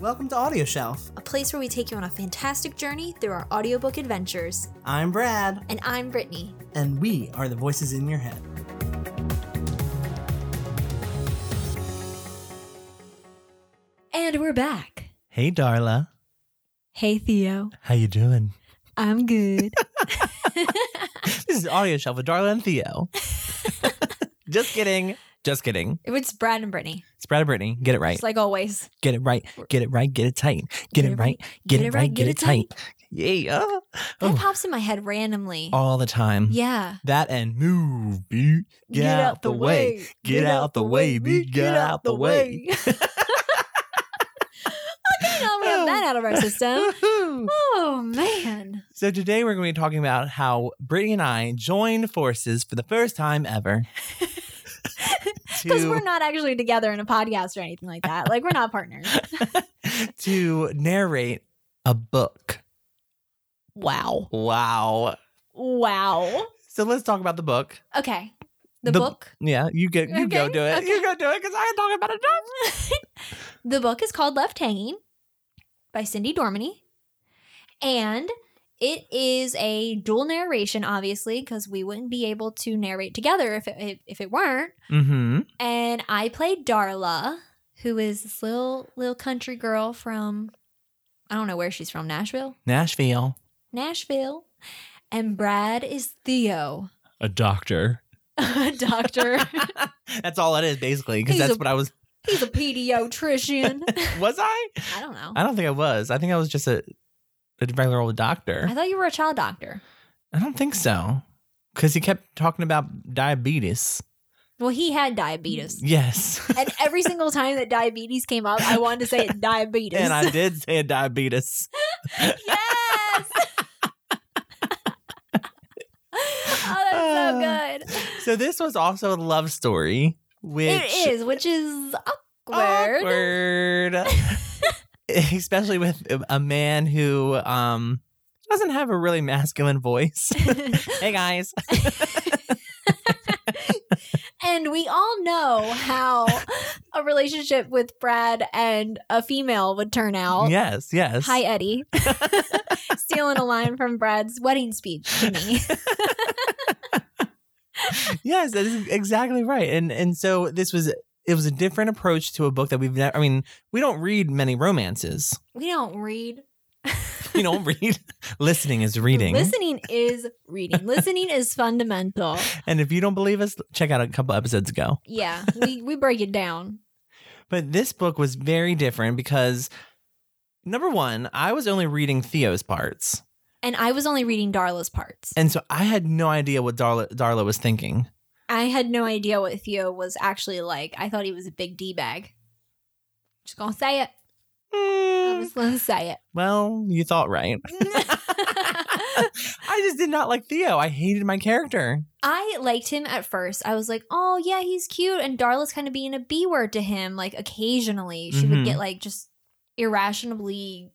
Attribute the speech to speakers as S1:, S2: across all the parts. S1: Welcome to Audio Shelf.
S2: a place where we take you on a fantastic journey through our audiobook adventures.
S1: I'm Brad,
S2: And I'm Brittany.
S1: and we are the voices in your head.
S2: And we're back.
S1: Hey, Darla,
S2: Hey, Theo.
S1: how you doing?
S2: I'm good.
S1: This is Audio Shelf with Darla and Theo. Just kidding. Just kidding.
S2: it's Brad and Brittany.
S1: It's Brad and Brittany. Get it right.
S2: Just like always.
S1: get it right. Get it right. Get it tight. Get, it right. Get it right. Get it tight. Yeah.
S2: That
S1: Oh, Um,
S2: pops in my head randomly.
S1: all the time.
S2: Yeah.
S1: That and move, beat. Get, out, the way. Get out the way, beat. Get, out the way.
S2: You know, we have that out of our system. Oh, man.
S1: So today we're going to be talking about how Brittany and I joined forces for the first time ever.
S2: Because
S1: to-
S2: we're not actually together in a podcast or anything like that. Like, we're not partners.
S1: to narrate a book.
S2: Wow.
S1: Wow.
S2: Wow.
S1: So let's talk about the book.
S2: Okay. The,
S1: The-
S2: book.
S1: Yeah, you get you go
S2: Okay,
S1: do it. You go do it because I can talk about it now.
S2: the book is called Left Hanging by Cindy Dormany. And it is a dual narration, obviously, because we wouldn't be able to narrate together if it, if it weren't.
S1: Mm-hmm.
S2: And I played Darla, who is this little little country girl from I don't know where she's from, Nashville.
S1: Nashville.
S2: Nashville. And Brad is Theo,
S1: A doctor.
S2: a doctor.
S1: that's all it is basically because
S2: He's
S1: that's
S2: a-
S1: what I was.
S2: He's a pediatrician.
S1: Was I?
S2: I don't know.
S1: I don't think I was. I think I was just a a regular old doctor.
S2: I thought you were a child doctor.
S1: I don't think so. Because he kept talking about diabetes.
S2: Well, he had diabetes.
S1: Yes.
S2: And every single time that diabetes came up, I wanted to say it diabetes.
S1: and I did say diabetes.
S2: yes.
S1: Uh,
S2: oh, that's so good.
S1: So this was also a love story, which
S2: It is, which is awkward.
S1: awkward. Especially with a man who um doesn't have a really masculine voice. hey guys.
S2: and we all know how a relationship with Brad and a female would turn out.
S1: Yes, yes.
S2: Hi, Eddie. Stealing a line from Brad's wedding speech to me.
S1: yes, that is exactly right. And and so this was it was a different approach to a book that we've never I mean, we don't read many romances.
S2: We don't read.
S1: We don't read listening is reading.
S2: Listening is reading. Listening is fundamental.
S1: And if you don't believe us, check out a couple episodes ago.
S2: Yeah, we, we break it down.
S1: But this book was very different because number one, I was only reading Theo's parts.
S2: And I was only reading Darla's parts.
S1: And so I had no idea what Darla, Darla was thinking.
S2: I had no idea what Theo was actually like. I thought he was a big D bag. Just gonna say it. I'm just gonna say
S1: Hmm, Well, you thought right.
S2: it.
S1: I just did not like Theo. I hated my character.
S2: I liked him at first. I was like, oh, yeah, he's cute. And Darla's kind of being a B word to him. Like, occasionally, she
S1: Mhm.
S2: would get like just irrationally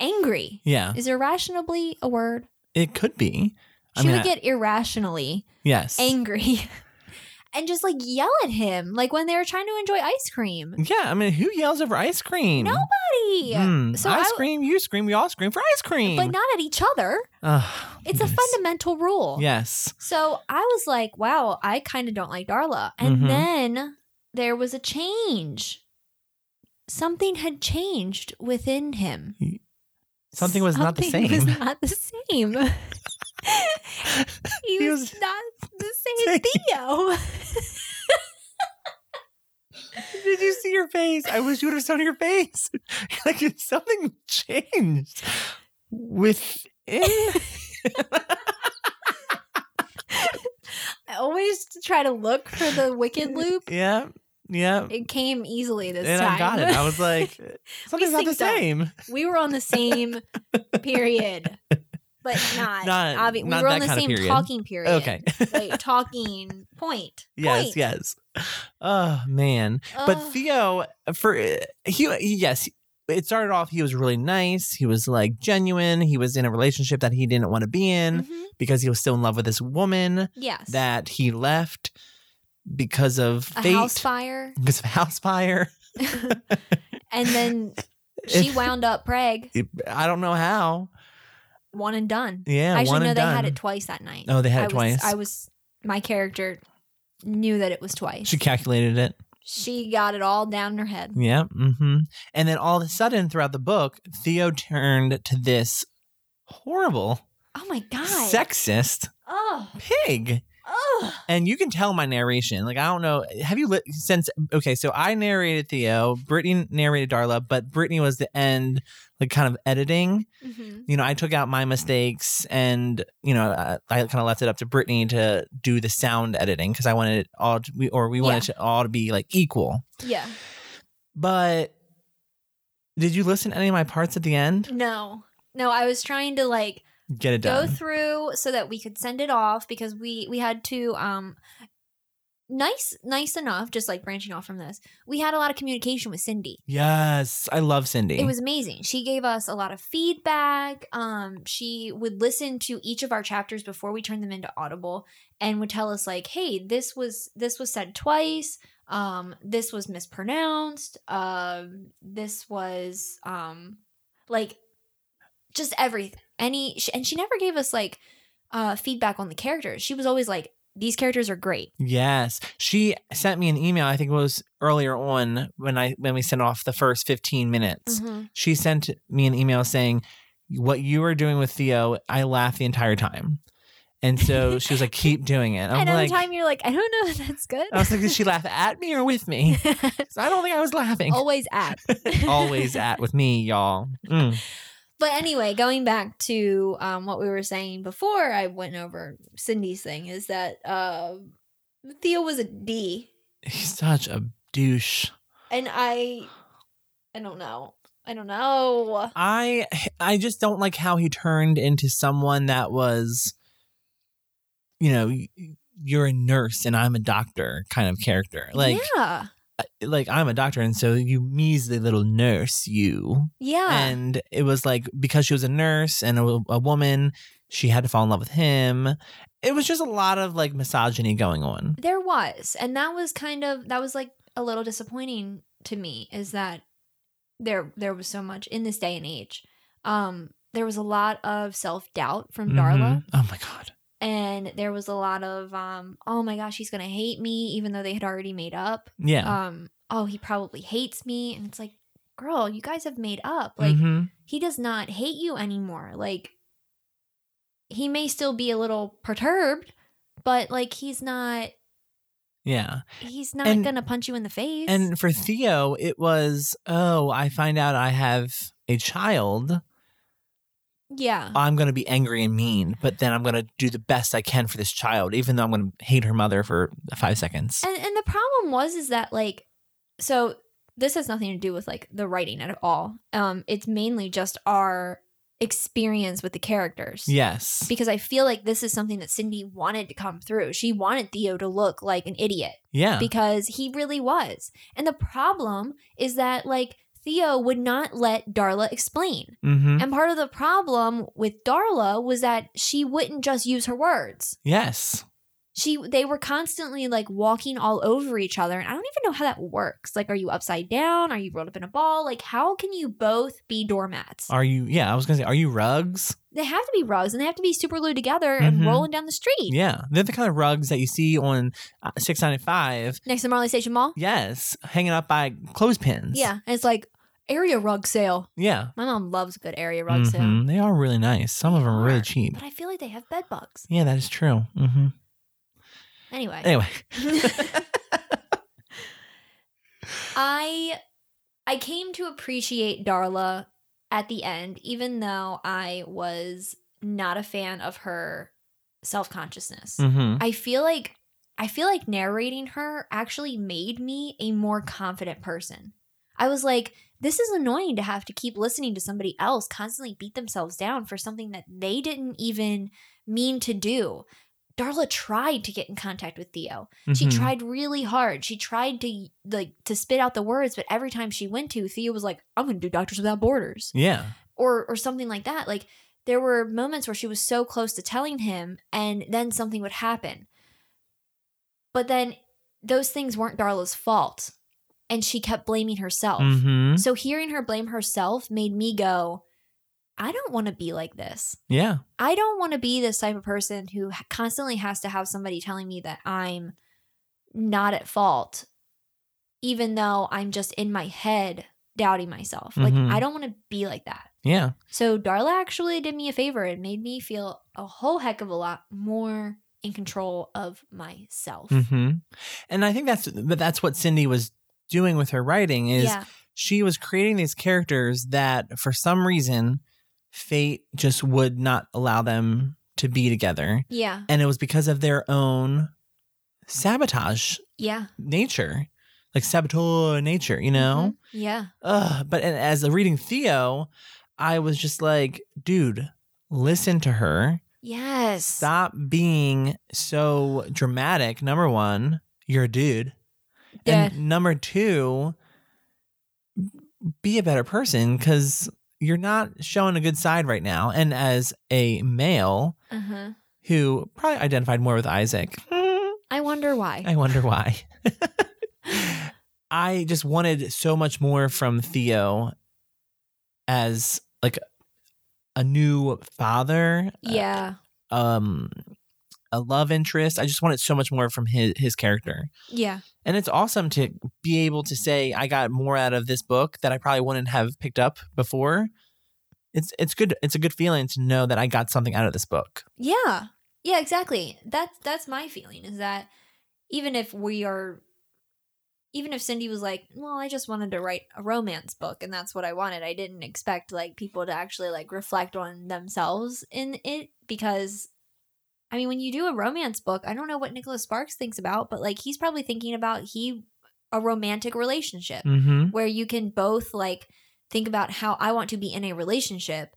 S2: angry.
S1: Yeah,
S2: Is irrationally a word?
S1: it could be.
S2: She would get irrationally
S1: yes.
S2: angry and just like yell at him, like when they were trying to enjoy ice cream.
S1: yeah, I mean, who yells over ice cream?
S2: Nobody.
S1: Hmm,
S2: So
S1: I
S2: I-
S1: scream, you scream, we all scream for ice cream.
S2: But not at each other.
S1: Ugh,
S2: It's a
S1: Mm. yes.
S2: fundamental rule.
S1: Yes.
S2: So I was like, wow, I kind of don't like Darla. And
S1: Mhm.
S2: then there was a change. Something had changed within him.
S1: Something was not the
S2: Something was
S1: same.
S2: not the same. he,
S1: He
S2: was,
S1: was-
S2: not the same Theo.
S1: Did you see your face? I wish you would have shown your face. like something changed eh, within.
S2: I always try to look for the wicked loop.
S1: yeah, yeah.
S2: It came easily this
S1: and
S2: time.
S1: I got it. I was like, something's not the
S2: synced up.
S1: same.
S2: we were on the same period, but not.
S1: Not-
S2: obvi- we
S1: not
S2: were on
S1: that
S2: the
S1: kind of
S2: same
S1: period.
S2: talking period.
S1: Okay.
S2: like talking point.
S1: yes,
S2: Point.
S1: yes. Oh man. But
S2: Ugh.
S1: Theo, for eh, he, yes, it started off. He was really nice. He was like genuine. He was in a relationship that he didn't want to be in
S2: Mhm.
S1: because he was still in love with this woman
S2: yes,
S1: that he left because of
S2: a
S1: fate.
S2: house fire,
S1: because of house fire.
S2: and then She wound up preg,
S1: I don't know how.
S2: one and done.
S1: Yeah,
S2: Actually,
S1: one
S2: no,
S1: and
S2: they
S1: done.
S2: had it twice that night.
S1: Oh, they had
S2: I
S1: it
S2: was,
S1: twice.
S2: I was, my character knew that it was twice.
S1: she calculated it.
S2: she got it all down in her head.
S1: Yeah. hmm And then all of a sudden, throughout the book, Theo turned to this horrible,
S2: Oh my god.
S1: sexist
S2: Oh,
S1: pig.
S2: oh.
S1: And you can tell my narration. Like, I don't know. Have you li- since? Okay, so I narrated Theo, Brittany narrated Darla, but Brittany was the end, like, kind of editing.
S2: Mm-hmm.
S1: You know, I took out my mistakes and, you know, I, I kind of left it up to Brittany to do the sound editing because I wanted it all to, we, or we wanted it to all to be like equal.
S2: Yeah.
S1: But did you listen to any of my parts at the end?
S2: No. No, I was trying to like
S1: Get it
S2: go
S1: done.
S2: through so that we could send it off because we we had to um nice nice enough just like branching off from this. We had a lot of communication with Cindy.
S1: yes, I love Cindy.
S2: It was amazing. She gave us a lot of feedback. Um, she would listen to each of our chapters before we turned them into Audible, and would tell us like, "Hey, this was this was said twice. Um, this was mispronounced. Um, this was um, like, just everything. Any sh- and she never gave us like uh, feedback on the characters. She was always like, "These characters are great.
S1: yes, she sent me an email. I think it was earlier on when I when we sent off the first fifteen minutes.
S2: Mm-hmm.
S1: She sent me an email saying, "What you were doing with Theo, I laughed the entire time." And so she was like, "Keep doing it." I'm
S2: and every
S1: like,
S2: time you're like, "I don't know if that's good."
S1: I was like, "Did she laugh at me or with me?" So I don't think I was laughing.
S2: always at
S1: Always at with me, y'all. Mm.
S2: But anyway, going back to um, what we were saying before I went over Cindy's thing is that uh, Theo was a D,
S1: He's such a douche.
S2: and I, I don't know, I don't know.
S1: I I just don't like how he turned into someone that was, you know, y- you're a nurse and I'm a doctor kind of character. Like
S2: yeah,
S1: like I'm a doctor and so you measly little nurse you.
S2: yeah,
S1: And it was like because she was a nurse and a, a woman, she had to fall in love with him. It was just a lot of like misogyny going on.
S2: there was, and that was kind of that was like a little disappointing to me is that there there was so much in this day and age. Um, there was a lot of self doubt from Darla.
S1: Mhm. Oh my god.
S2: and there was a lot of um oh my gosh he's gonna hate me even though they had already made up
S1: Yeah.
S2: um oh he probably hates me and it's like girl you guys have made up like
S1: Mhm.
S2: he does not hate you anymore like he may still be a little perturbed but like he's not
S1: Yeah.
S2: he's not
S1: And-
S2: gonna punch you in the face
S1: And for Theo, it was, oh, I find out I have a child.
S2: yeah
S1: I'm going to be angry and mean, but then I'm going to do the best I can for this child, even though I'm going to hate her mother for five seconds.
S2: And and the problem was is that like so this has nothing to do with like the writing at all. Um it's mainly just our experience with the characters.
S1: yes.
S2: Because I feel like this is something that Cindy wanted to come through. She wanted Theo to look like an idiot
S1: Yeah.
S2: because he really was. And the problem is that like Theo would not let Darla explain.
S1: hmm
S2: And part of the problem with Darla was that she wouldn't just use her words
S1: Yes.
S2: she they were constantly like walking all over each other and i don't even know how that works like are you upside down are you rolled up in a ball like how can you both be doormats
S1: Are you, yeah, I was going to say, are you rugs?
S2: they have to be rugs and they have to be super glued together and
S1: Mhm.
S2: rolling down the street
S1: Yeah. They're the kind of rugs that you see on uh, 695.
S2: next to marley station mall
S1: Yes. Hanging up by clothespins.
S2: yeah and it's like area rug sale
S1: Yeah.
S2: my mom loves a good area rug sale
S1: Mhm. They are really nice. Some of them are really
S2: Are.
S1: cheap.
S2: but i feel like they have bed bugs
S1: Yeah, that is true. hmm
S2: anyway
S1: Anyway.
S2: I I came to appreciate Darla at the end, even though I was not a fan of her self-consciousness.
S1: hmm
S2: I feel like I feel like narrating her actually made me a more confident person. I was like, this is annoying to have to keep listening to somebody else constantly beat themselves down for something that they didn't even mean to do. Darla tried to get in contact with Theo. She
S1: Mhm.
S2: tried really hard. She tried to like to spit out the words, but every time she went to, Theo was like, "I'm going to do Doctors Without Borders."
S1: Yeah.
S2: or or something like that. Like there were moments where she was so close to telling him and then something would happen. But then those things weren't Darla's fault. and she kept blaming herself.
S1: Mm-hmm.
S2: So hearing her blame herself made me go, I don't want to be like this.
S1: Yeah.
S2: I don't want to be this type of person who ha- constantly has to have somebody telling me that I'm not at fault, even though I'm just in my head doubting myself.
S1: Mhm.
S2: Like, I don't want to be like that.
S1: Yeah.
S2: So, Darla actually did me a favor. It made me feel a whole heck of a lot more in control of myself.
S1: Mm-hmm. And I think that's but that's what Cindy was doing with her writing is
S2: yeah.
S1: she was creating these characters that for some reason fate just would not allow them to be together.
S2: Yeah.
S1: And it was because of their own sabotage
S2: Yeah.
S1: nature. Like saboteur nature, you know?
S2: Mhm. Yeah.
S1: Ugh, but and as a reading Theo, I was just like, dude, listen to her.
S2: Yes.
S1: Stop being so dramatic. Number one, you're a dude.
S2: Dead.
S1: And number two, be a better person because you're not showing a good side right now. And as a male
S2: uh-huh.
S1: who probably identified more with Isaac,
S2: I wonder why.
S1: I wonder why. I just wanted so much more from Theo as like a new father,
S2: yeah.
S1: um a love interest. I just wanted so much more from his his character.
S2: Yeah.
S1: And it's awesome to be able to say I got more out of this book that I probably wouldn't have picked up before. It's it's good it's a good feeling to know that I got something out of this book.
S2: Yeah. Yeah, exactly. That's that's my feeling is that even if we are even if Cindy was like, "Well, I just wanted to write a romance book and that's what I wanted. I didn't expect like people to actually like reflect on themselves in it because I mean, when you do a romance book, I don't know what Nicholas Sparks thinks about, but like he's probably thinking about he a romantic relationship.
S1: Mm-hmm.
S2: where you can both like think about how I want to be in a relationship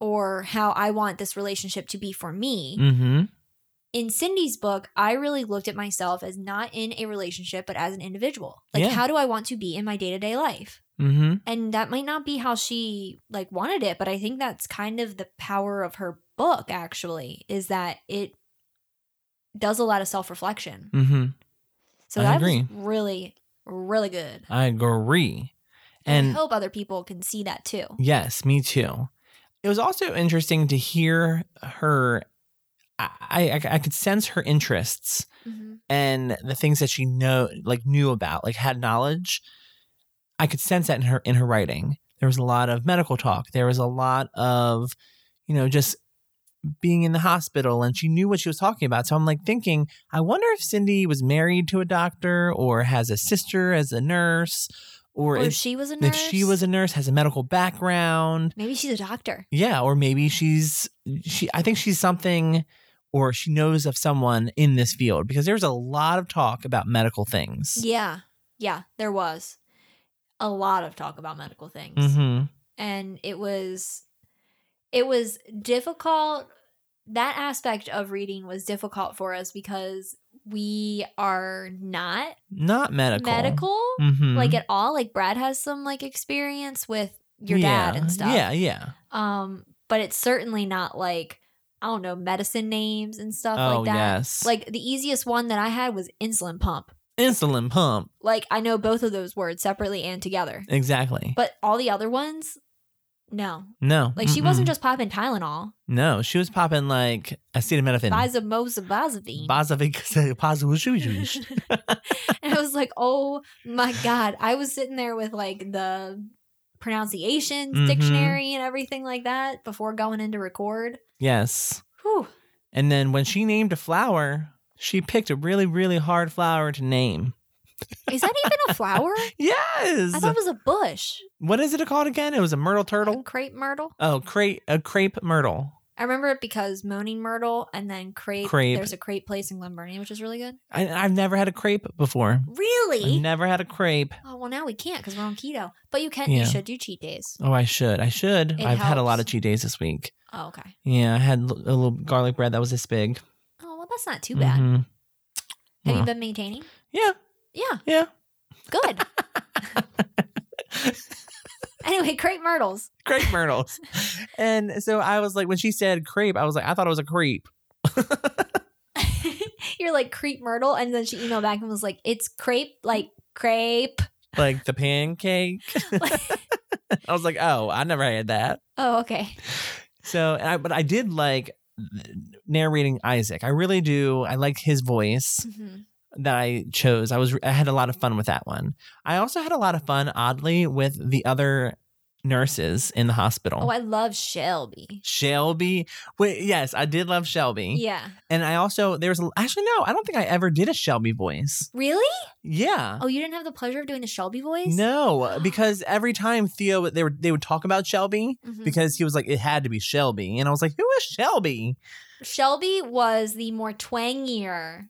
S2: or how I want this relationship to be for me.
S1: Mm-hmm.
S2: In Cindy's book, I really looked at myself as not in a relationship, but as an individual. Like,
S1: Yeah.
S2: how do I want to be in my day to day life?
S1: Mm-hmm.
S2: And that might not be how she like wanted it, but I think that's kind of the power of her book, actually, is that it does a lot of self reflection.
S1: Mm-hmm.
S2: So
S1: I
S2: that
S1: agree.
S2: was really, really good.
S1: I agree.
S2: And I
S1: And Mm.
S2: hope other people can see that too.
S1: Yes, me too. It was also interesting to hear her. I, I I could sense her interests
S2: Mhm.
S1: and the things that she know like knew about, like had knowledge. I could sense that in her in her writing. There was a lot of medical talk. There was a lot of, you know, just being in the hospital and she knew what she was talking about. So I'm like thinking, I wonder if Cindy was married to a doctor or has a sister as a nurse or,
S2: Or
S1: is-
S2: if Oh, she was a
S1: if
S2: nurse.
S1: she was a nurse has a medical background
S2: maybe she's a doctor.
S1: yeah or maybe she's she i think she's something or she knows of someone in this field because there's a lot of talk about medical things
S2: Yeah, yeah. There was a lot of talk about medical things,
S1: mm-hmm.
S2: and it was it was difficult. That aspect of reading was difficult for us because we are not
S1: not medical
S2: medical,
S1: mm-hmm.
S2: like uh, at all. Like Brad has some like experience with your dad and stuff.
S1: yeah yeah
S2: Um, but it's certainly not like I don't know medicine names and stuff
S1: oh
S2: like that.
S1: yes
S2: Like the easiest one that I had was insulin pump.
S1: insulin pump
S2: Like I know both of those words separately and together.
S1: exactly
S2: But all the other ones, no.
S1: no
S2: Like she wasn't just popping Tylenol.
S1: no she was popping like acetaminophen
S2: Bizamozabazavine.
S1: Bazavic- Bazavic-
S2: and I was like, oh my God. I was sitting there with like the pronunciations
S1: Mhm.
S2: dictionary and everything like that before going into record.
S1: yes
S2: Whew.
S1: and then when she named a flower she picked a really really hard flower to name
S2: Is that even a flower?
S1: yes
S2: I thought it was a bush.
S1: what is it called again? It was a myrtle
S2: A
S1: turtle.
S2: crepe myrtle.
S1: Oh, crepe a crepe myrtle.
S2: I remember it because Moaning Myrtle and then crepe.
S1: Crepe.
S2: There's a crepe place in Glenburnie, which is really good.
S1: I, I've never had a crepe before.
S2: Really?
S1: I've never had a crepe.
S2: Oh well, now we can't because we're on keto. But you can.
S1: Yeah.
S2: You should do cheat days.
S1: Oh, I should. I should.
S2: It
S1: I've had a lot of
S2: helps.
S1: cheat days this week.
S2: Oh okay.
S1: Yeah, I had l- a little garlic bread that was this big.
S2: Oh well, that's not too bad.
S1: Mhm.
S2: Have
S1: Yeah.
S2: you been maintaining?
S1: Yeah.
S2: Yeah.
S1: Yeah.
S2: Good. anyway, crepe myrtles.
S1: Crepe myrtles. and so I was like, when she said crepe, I was like, I thought it was a creep.
S2: You're like crepe myrtle, and then she emailed back and was like, "It's crepe, like crepe
S1: like the pancake. I was like, oh, I never had that.
S2: Oh, okay.
S1: So, and I, but I did like narrating Isaac. I really do. I liked his voice
S2: hmm
S1: that I chose. I was I had a lot of fun with that one. I also had a lot of fun, oddly, with the other nurses in the hospital.
S2: Oh, I love Shelby.
S1: Shelby. Wait, yes, I did love Shelby.
S2: Yeah.
S1: And I also there was actually no, I don't think I ever did a Shelby voice.
S2: Really?
S1: Yeah.
S2: Oh, you didn't have the pleasure of doing the Shelby voice?
S1: No, because every time Theo they were they would talk about Shelby
S2: Mhm.
S1: because he was like it had to be Shelby and I was like who is Shelby?
S2: Shelby was the more twangier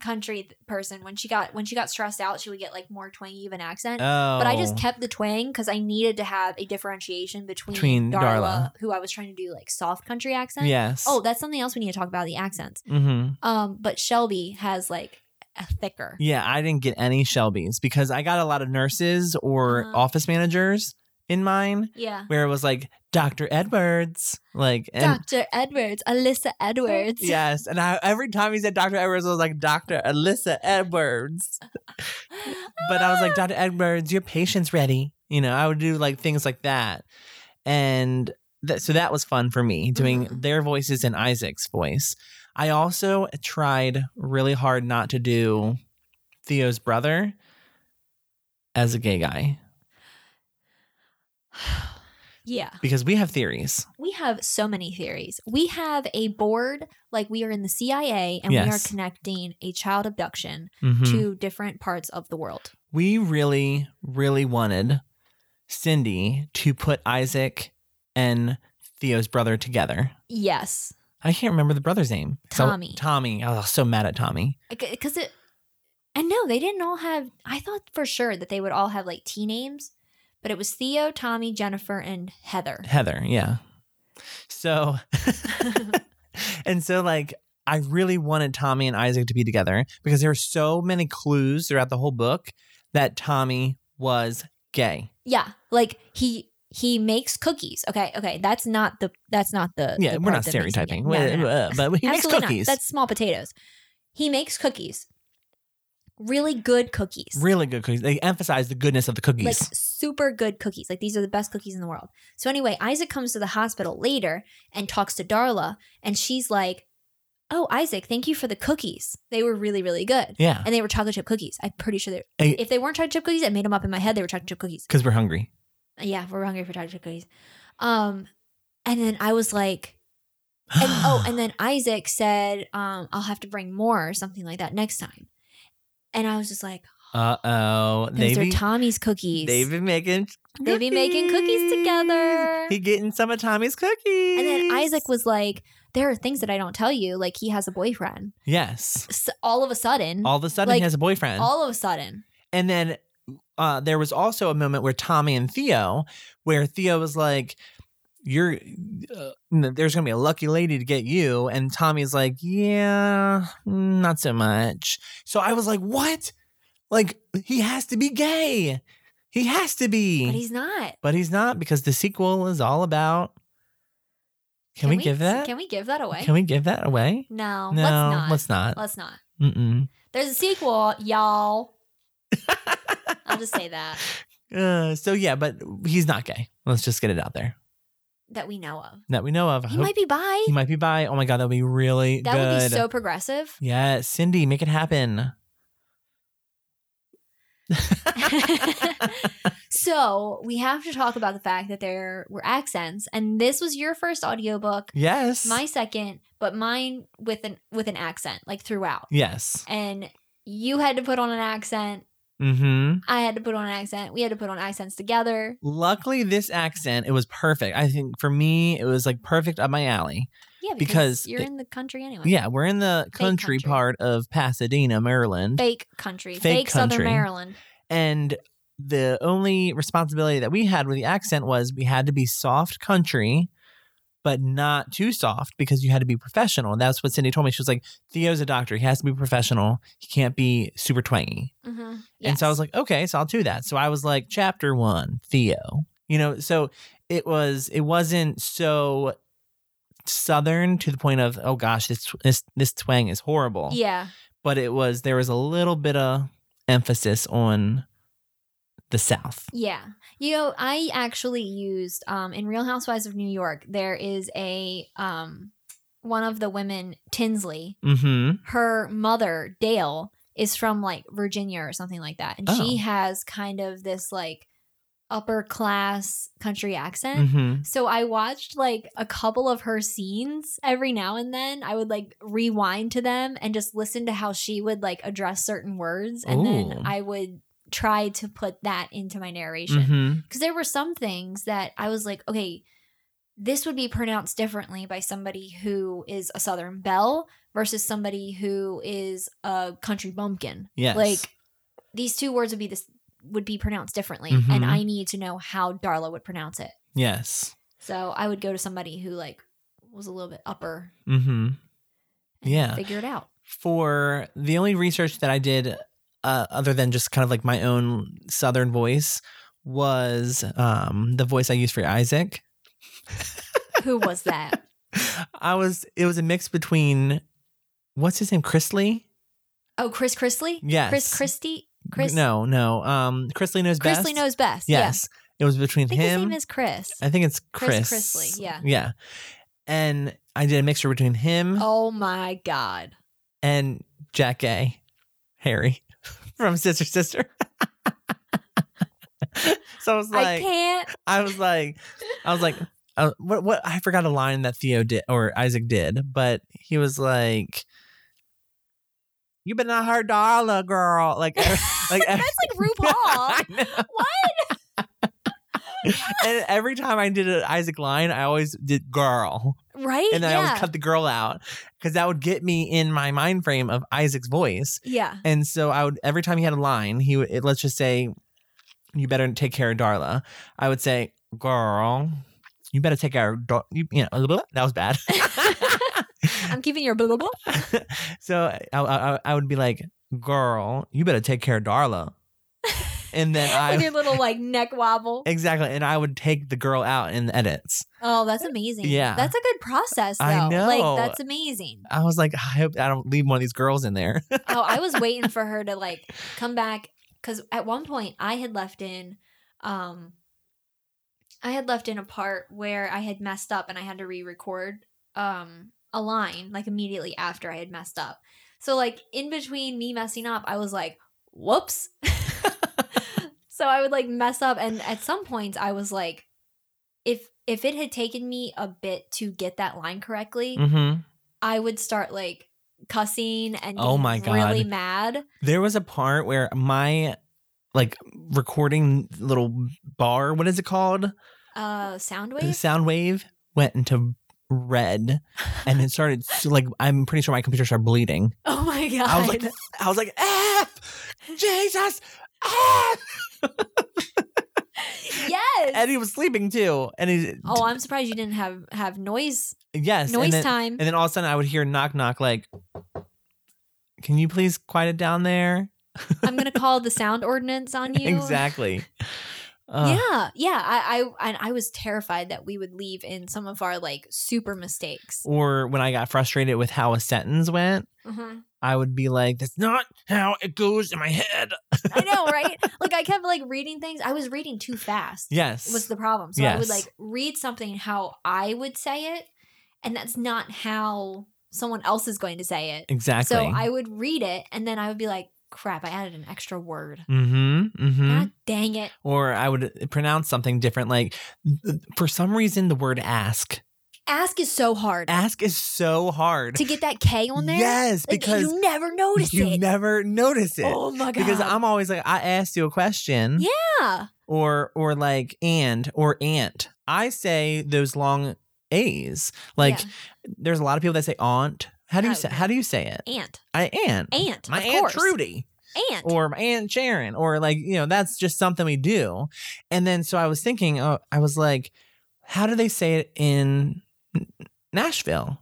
S2: country th- person. When she got when she got stressed out, she would get like more twangy of an accent.
S1: Oh.
S2: But I just kept the twang because I needed to have a differentiation between,
S1: Between
S2: Darla,
S1: Darla.
S2: who I was trying to do like soft country accent.
S1: Yes.
S2: Oh, that's something else we need to talk about the accents.
S1: Mhm.
S2: Um, but Shelby has like a thicker.
S1: Yeah, I didn't get any Shelbys because I got a lot of nurses or
S2: Uh-huh.
S1: office managers in mine
S2: Yeah.
S1: where it was like Dr. Edwards like and
S2: Dr. Edwards, Alyssa Edwards.
S1: Yes, and I, every time he said Dr. Edwards, I was like Dr. Alyssa Edwards. But I was like Dr. Edwards, your patient's ready. You know, I would do like things like that, and that, so that was fun for me doing
S2: Mhm.
S1: their voices and Isaac's voice. I also tried really hard not to do Theo's brother as a gay guy
S2: yeah.
S1: because we have theories.
S2: We have so many theories. We have a board, like we are in the CIA, and we
S1: Yes.
S2: are connecting a child abduction
S1: Mhm.
S2: to different parts of the world.
S1: we really, really wanted Cindy to put Isaac and Theo's brother together.
S2: Yes,
S1: I can't remember the brother's name. So-
S2: Tommy.
S1: Tommy. I was so mad at Tommy.
S2: because it. And no, they didn't all have. I thought for sure that they would all have like T names, but it was Theo, Tommy, Jennifer, and Heather.
S1: Heather, yeah. So, and so, like, I really wanted Tommy and Isaac to be together because there were so many clues throughout the whole book that Tommy was gay.
S2: yeah, like he he makes cookies. Okay, okay, that's not the that's not the
S1: Yeah,
S2: the
S1: we're
S2: part
S1: not
S2: that makes him gay.
S1: stereotyping,
S2: No, no, no.
S1: Uh, but he makes
S2: Absolutely not.
S1: cookies.
S2: That's small potatoes. He makes cookies. Really good cookies.
S1: really good cookies. They emphasize the goodness of the cookies.
S2: like super good cookies. Like these are the best cookies in the world. So anyway, Isaac comes to the hospital later and talks to Darla and she's like, "Oh, Isaac, thank you for the cookies. They were really really good."
S1: yeah,
S2: And they were chocolate chip cookies. I'm pretty sure they
S1: Hey.
S2: if they weren't chocolate chip cookies, I made them up in my head they were chocolate chip cookies.
S1: because we're hungry.
S2: Yeah, we're hungry for chocolate chip cookies. Um and then I was like, and, oh, and then Isaac said, um, "I'll have to bring more or something like that next time." And I was just like,
S1: Uh oh.
S2: "Those
S1: They
S2: are
S1: be,
S2: Tommy's cookies.
S1: they be making
S2: They be making cookies together."
S1: He getting some of Tommy's cookies.
S2: and then Isaac was like, "There are things that I don't tell you. Like he has a boyfriend.
S1: Yes.
S2: S all of a sudden, all,
S1: All of a sudden
S2: Mm-hmm. Like,
S1: he has a boyfriend.
S2: of a sudden,
S1: and then uh, there was also a moment where Tommy and Theo, where Theo was like, you're uh, n- there's gonna be a lucky lady to get you and tommy's like yeah mm, not so much so i was like what like he has to be gay he has to be
S2: but he's not."
S1: But he's not because the sequel is all about. Can, we, give that?
S2: Can we give that away?
S1: Can we give that away?
S2: no,
S1: no,
S2: let's not.
S1: let's
S2: Let's,
S1: not.
S2: not.
S1: Mm-mm.
S2: There's a sequel, y'all. I'll just say that
S1: Uh, so yeah, but he's not gay. Let's just get it out there
S2: that we know of.
S1: that we know of. I
S2: He
S1: hope-
S2: might be bi.
S1: he might be bi. Oh my god, that'd be really
S2: That
S1: good.
S2: would be so progressive.
S1: yeah, Cindy, make it happen.
S2: so we have to talk about the fact that there were accents and this was your first audiobook
S1: yes.
S2: my second but mine with an with an accent like throughout
S1: yes.
S2: and you had to put on an accent
S1: Mm-hmm.
S2: i had to put on an accent we had to put on accents together
S1: Luckily, this accent it was perfect. I think for me, it was like perfect up my alley.
S2: yeah because,
S1: Because
S2: you're
S1: it-
S2: in the country anyway
S1: Yeah, we're in the country,
S2: country.
S1: part of Pasadena, Maryland.
S2: fake country fake,
S1: Fake
S2: southern
S1: country.
S2: maryland
S1: And the only responsibility that we had with the accent was we had to be soft country, but not too soft because you had to be professional. And that's what Cindy told me. She was like, Theo's a doctor. He has to be professional. He can't be super twangy.
S2: mm-hmm.
S1: And so I was like, okay, so I'll do that. So I was like, chapter one, Theo. You know, so it was it wasn't so southern to the point of, oh gosh, this this this twang is horrible
S2: yeah
S1: but it was there was a little bit of emphasis on the South.
S2: Yeah. You know, I actually used um in Real Housewives of New York, there is a um one of the women, Tinsley,
S1: Mm-hmm.
S2: her mother, Dale, is from like Virginia or something like that. And she
S1: Oh.
S2: has kind of this like upper class country accent.
S1: Mm-hmm.
S2: So I watched like a couple of her scenes every now and then. I would like rewind to them and just listen to how she would like address certain words. And
S1: Ooh.
S2: then I would try to put that into my narration. Because
S1: Mm-hmm.
S2: there were some things that I was like, okay, this would be pronounced differently by somebody who is a Southern Belle versus somebody who is a country bumpkin.
S1: Yes.
S2: Like these two words would be this would be pronounced differently. And
S1: Mhm.
S2: I need to know how Darla would pronounce it.
S1: yes.
S2: So I would go to somebody who like was a little bit upper
S1: Mm-hmm.
S2: and
S1: Yeah.
S2: figure it out.
S1: For the only research that I did, uh, other than just kind of like my own Southern voice, was um, the voice I used for Isaac.
S2: Who was that?
S1: I was. It was a mix between what's his name, Chrisley.
S2: Oh, Chris Chrisley?
S1: Yes.
S2: Chris Christie? Chris
S1: No, no. Um, Chrisley knows best.
S2: Chrisley knows best.
S1: Yes. It was between
S2: Yeah. I think
S1: him.
S2: his name is Chris.
S1: I think it's
S2: Chris
S1: Chris.
S2: Chrisley, yeah.
S1: Yeah. And I did a mixture between him
S2: Oh my God.
S1: and Jack A. Harry from Sister Sister. so I was
S2: I
S1: like,
S2: can't.
S1: I, was like, I was like, uh, what? What? I forgot a line that Theo did or Isaac did, but he was like, "You been a her dollar girl," like, like.
S2: That's like RuPaul.
S1: I know.
S2: what?
S1: and every time I did an Isaac line, I always did girl.
S2: Right?
S1: And then I
S2: yeah.
S1: always cut the girl out because that would get me in my mind frame of Isaac's voice.
S2: yeah.
S1: And so I would, every time he had a line, he would, it, let's just say, you better take care of Darla. I would say, girl, you better take care of, Dar- you, you know, blah, blah, blah. that was bad.
S2: I'm keeping your blah, blah, blah.
S1: so I, I, I would be like, girl, you better take care of Darla. And then
S2: With
S1: I,
S2: your little like neck wobble.
S1: exactly. And I would take the girl out in the edits.
S2: Oh, that's amazing.
S1: Yeah.
S2: That's a good process though.
S1: I know.
S2: Like that's amazing.
S1: I was like, I hope I don't leave one of these girls in there.
S2: oh, I was waiting for her to like come back because at one point I had left in, um, I had left in a part where I had messed up and I had to re-record um a line like immediately after I had messed up. So like in between me messing up, I was like, "Whoops." so I would like mess up, and at some points I was like, if if it had taken me a bit to get that line correctly,
S1: mm-hmm.
S2: I would start like cussing and
S1: Oh
S2: being
S1: my
S2: really
S1: God.
S2: mad.
S1: There was a part where my like recording little bar, what is it called?
S2: Uh, sound
S1: The
S2: wave.
S1: sound wave went into red and it started so, like I'm pretty sure my computer started bleeding.
S2: Oh my god!
S1: I was like I was like F Jesus F!
S2: yes.
S1: and he was sleeping too. And he
S2: oh, I'm surprised you didn't have have noise
S1: yes
S2: noise
S1: and then,
S2: time.
S1: and then all of a sudden I would hear knock knock like can you please quiet it down there?
S2: I'm gonna call the sound ordinance on you.
S1: Exactly. Ugh.
S2: Yeah, yeah. I, I and I was terrified that we would leave in some of our like super mistakes.
S1: Or when I got frustrated with how a sentence went,
S2: Mhm.
S1: I would be like, that's not how it goes in my head.
S2: I know, right? like I kept like reading things. I was reading too fast.
S1: Yes.
S2: was the problem. So I would
S1: Yes.
S2: like read something how I would say it, and that's not how someone else is going to say it.
S1: exactly.
S2: So I would read it, and then I would be like, "Crap! I added an extra word.
S1: Mm-hmm. Mm-hmm.
S2: God dang it!
S1: Or I would uh, pronounce something different. Like th- for some reason the word ask.
S2: Ask is so hard
S1: Ask is so hard.
S2: to get that K on there.
S1: Yes,
S2: Like,
S1: because
S2: you never notice
S1: you
S2: it.
S1: never notice it.
S2: Oh my god!
S1: Because I'm always like, I asked you a question.
S2: Yeah. yeah,
S1: Or or like and or aunt. I say those long A's. Like there's a lot of people that say aunt. How do you
S2: Oh,
S1: say
S2: no.
S1: how do you say it?
S2: aunt,
S1: I aunt.
S2: aunt,
S1: My
S2: of
S1: aunt
S2: course.
S1: Trudy.
S2: aunt.
S1: or my aunt Sharon, or like you know, that's just something we do. And then so I was thinking, oh, I was like, how do they say it in N- Nashville?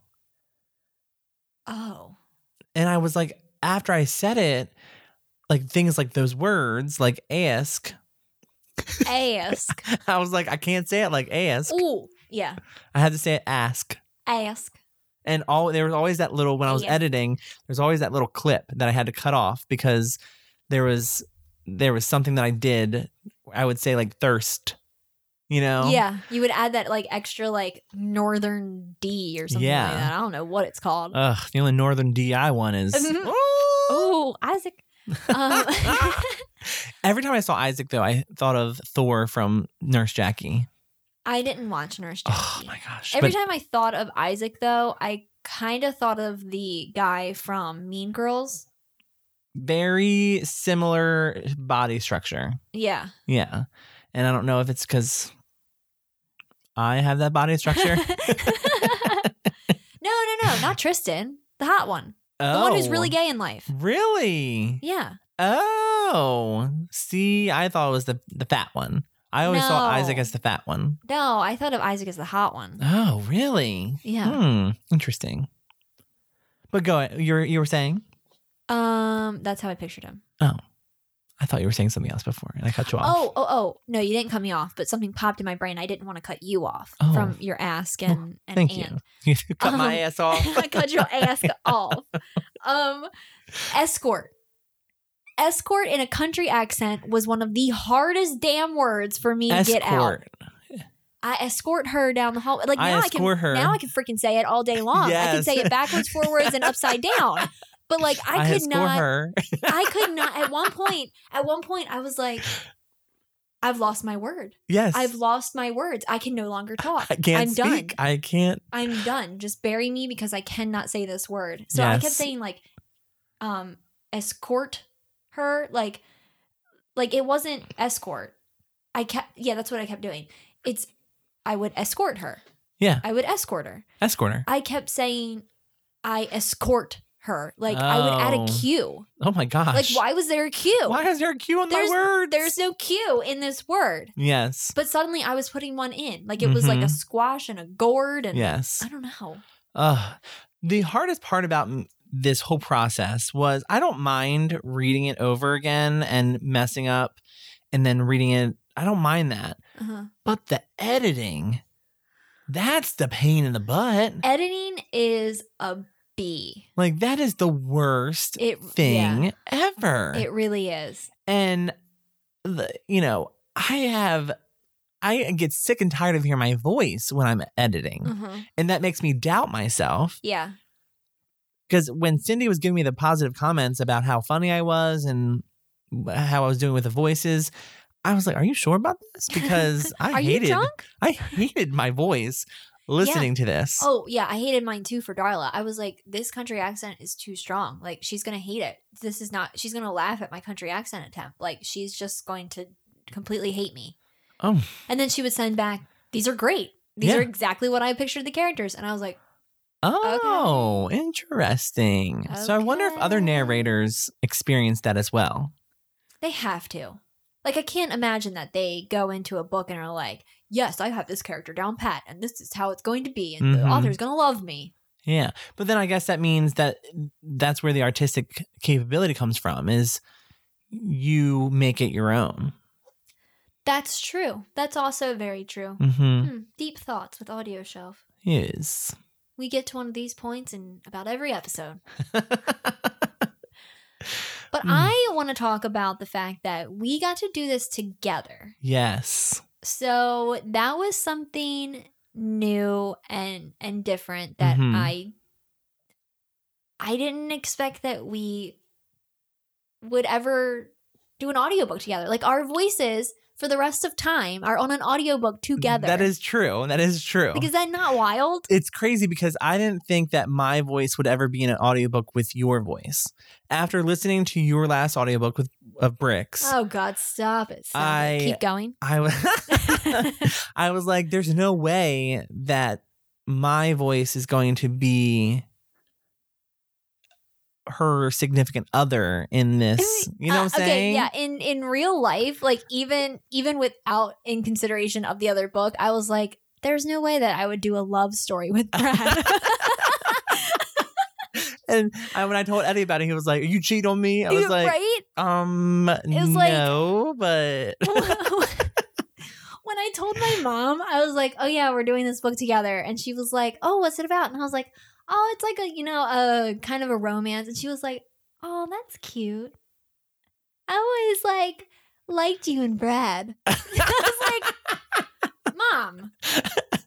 S2: oh,
S1: And I was like, after I said it, like things like those words, like ask,
S2: ask.
S1: I was like, I can't say it like ask.
S2: Ooh, yeah,
S1: I had to say it ask.
S2: ask.
S1: And all there was always that little when I was
S2: Ask.
S1: editing, there's always that little clip that I had to cut off because there was there was something that I did I would say like thirst. You know?
S2: Yeah, you would add that like extra like northern D or something
S1: Yeah. Uh,
S2: like that. I don't know what it's called.
S1: Ugh, the only northern DI one is.
S2: Mhm.
S1: Ooh.
S2: oh, Isaac. Um,
S1: Every time I saw Isaac, though, I thought of Thor from Nurse Jackie.
S2: I didn't watch Nurse
S1: Oh
S2: Jackie.
S1: my gosh!
S2: Every
S1: But-
S2: time I thought of Isaac though, I kind of thought of the guy from Mean Girls.
S1: very similar body structure.
S2: Yeah.
S1: Yeah. And I don't know if it's because I have that body structure.
S2: no, no, no, not Tristan, the hot one, the one who's really gay in life.
S1: Oh. Really?
S2: Yeah.
S1: Oh. See, I thought it was the, the fat one. I always saw
S2: No.
S1: Isaac as the fat one.
S2: No, I thought of Isaac as the hot one.
S1: Oh, really?
S2: Yeah.
S1: Hmm. Interesting. But go ahead. You were, you were saying? hmm.
S2: Um, that's how I pictured him.
S1: I thought you were saying something else before and I cut you off.
S2: Oh, oh, oh. No, you didn't cut me off, but something popped in my brain. I didn't want to cut you off
S1: Oh.
S2: from your ask
S1: Well,
S2: and, and
S1: Thank
S2: and.
S1: you. You cut my
S2: Um,
S1: ass off.
S2: I cut your ass off. Um, escort. Escort in a country accent was one of the hardest damn words for me to get out.
S1: Escort.
S2: I escort her down the hall. Like
S1: I
S2: now I
S1: escort
S2: can
S1: her.
S2: now I can freaking say it all day long. I can
S1: Yes.
S2: say it backwards, forwards, and upside down. But like I, could
S1: escort
S2: not
S1: her.
S2: I could not at one point at one point I was like I've lost my word.
S1: Yes.
S2: I've lost my words. I can no longer talk.
S1: I can't
S2: am
S1: speak.
S2: done.
S1: I can't.
S2: I'm done. Just bury me because I cannot say this word. So I kept
S1: Yes.
S2: saying like um escort her like like it wasn't escort. I kept yeah, that's what I kept doing. It's I would escort her.
S1: Yeah.
S2: I would escort her.
S1: Escort her.
S2: I kept saying I escort her. Like I would add a
S1: Oh.
S2: Q.
S1: Oh my gosh.
S2: Like why was there a Q?
S1: Why is there a Q on my word?
S2: There's no Q in this word.
S1: Yes.
S2: But suddenly I was putting one in. Like it was like a
S1: Mhm.
S2: squash and a gourd and
S1: Yes.
S2: I don't know.
S1: Ugh. the hardest part about m- this whole process was I don't mind reading it over again and messing up and then reading it. I don't mind that.
S2: Uh-huh.
S1: But the editing, that's the pain in the butt.
S2: Editing is a B.
S1: Like, that is the worst
S2: It
S1: thing ever.
S2: yeah, it really is.
S1: and the, you know i have i get sick and tired of hearing my voice when i'm editing
S2: Uh-huh.
S1: and that makes me doubt myself
S2: Yeah.
S1: because when cindy was giving me the positive comments about how funny i was and how i was doing with the voices i was like are you sure about this because i
S2: Are
S1: hated
S2: you drunk?
S1: i hated my voice listening to this
S2: Oh yeah, I hated mine too for Darla. I was like, this country accent is too strong. Like she's gonna hate it. This is not. She's gonna laugh at my country accent attempt. Like she's just going to completely hate me.
S1: Oh.
S2: And then she would send back, "These are great. These
S1: Yeah.
S2: are exactly what I pictured the characters." And I was like,
S1: oh interesting so i wonder if other
S2: Okay.
S1: narrators experience that as well
S2: they have to. Like I can't imagine that they go into a book and are like, "Yes, I have this character down pat, and this is how it's going to be, and the
S1: Mhm.
S2: author's gonna love me."
S1: Yeah, but then I guess that means that that's where the artistic capability comes from is you make it your own.
S2: That's true. That's also very true.
S1: Mm-hmm.
S2: Hmm, deep thoughts with Audio Shelf.
S1: Yes.
S2: We get to one of these points in about every episode. But
S1: Mm.
S2: I want to talk about the fact that we got to do this together.
S1: yes.
S2: So that was something new and and different that
S1: Mhm.
S2: I I didn't expect that we would ever do an audiobook together. Like our voices for the rest of time are on an audiobook together.
S1: That is true. That is true.
S2: Like, is that not wild?
S1: it's crazy because I didn't think that my voice would ever be in an audiobook with your voice. After listening to your last audiobook with of Bricks,
S2: Oh God, stop it! Stop
S1: I-
S2: it. Keep going.
S1: I was I was like, there's no way that my voice is going to be her significant other in this. You know what I'm
S2: Uh,
S1: saying?
S2: Okay, yeah. In in real life, like even even without in consideration of the other book, I was like, there's no way that I would do a love story with Brad.
S1: And I, when I told Eddie about it, he was like, "You cheat on me." I was like,
S2: right?
S1: "Um,
S2: was like-
S1: no, but
S2: when I told my mom, I was like, "Oh yeah, we're doing this book together," and she was like, "Oh, what's it about?" And I was like, "Oh, it's like a you know a kind of a romance," and she was like, "Oh, that's cute." I always like liked you and Brad. I was like, Mom,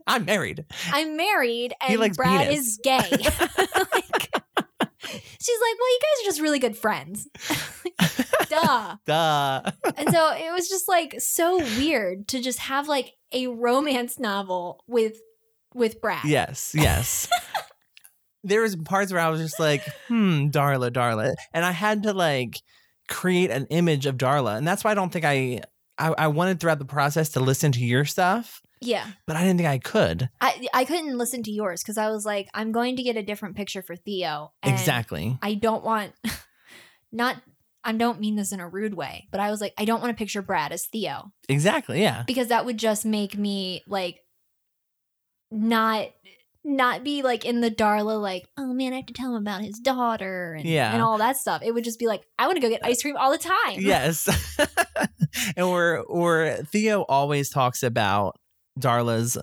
S1: I'm married.
S2: I'm married
S1: He
S2: and
S1: likes
S2: Brad
S1: penis.
S2: is gay. like, she's like, Well, you guys are just really good friends. Duh.
S1: Duh.
S2: And so it was just like so weird to just have like a romance novel with with Brad.
S1: Yes, yes. there was parts where I was just like, hmm, Darla, Darla. And I had to like create an image of Darla. And that's why I don't think I I, I wanted throughout the process to listen to your stuff,
S2: Yeah.
S1: but I didn't think I could.
S2: I I couldn't listen to yours because I was like, I'm going to get a different picture for Theo. and
S1: exactly.
S2: I don't want not I don't mean this in a rude way, but I was like, I don't want to picture Brad as Theo
S1: Exactly. Yeah.
S2: because that would just make me like not not be like in the Darla like, oh man, I have to tell him about his daughter and,
S1: Yeah.
S2: and all that stuff. It would just be like, I want to go get ice cream all the time.
S1: Yes. and or or Theo always talks about Darla's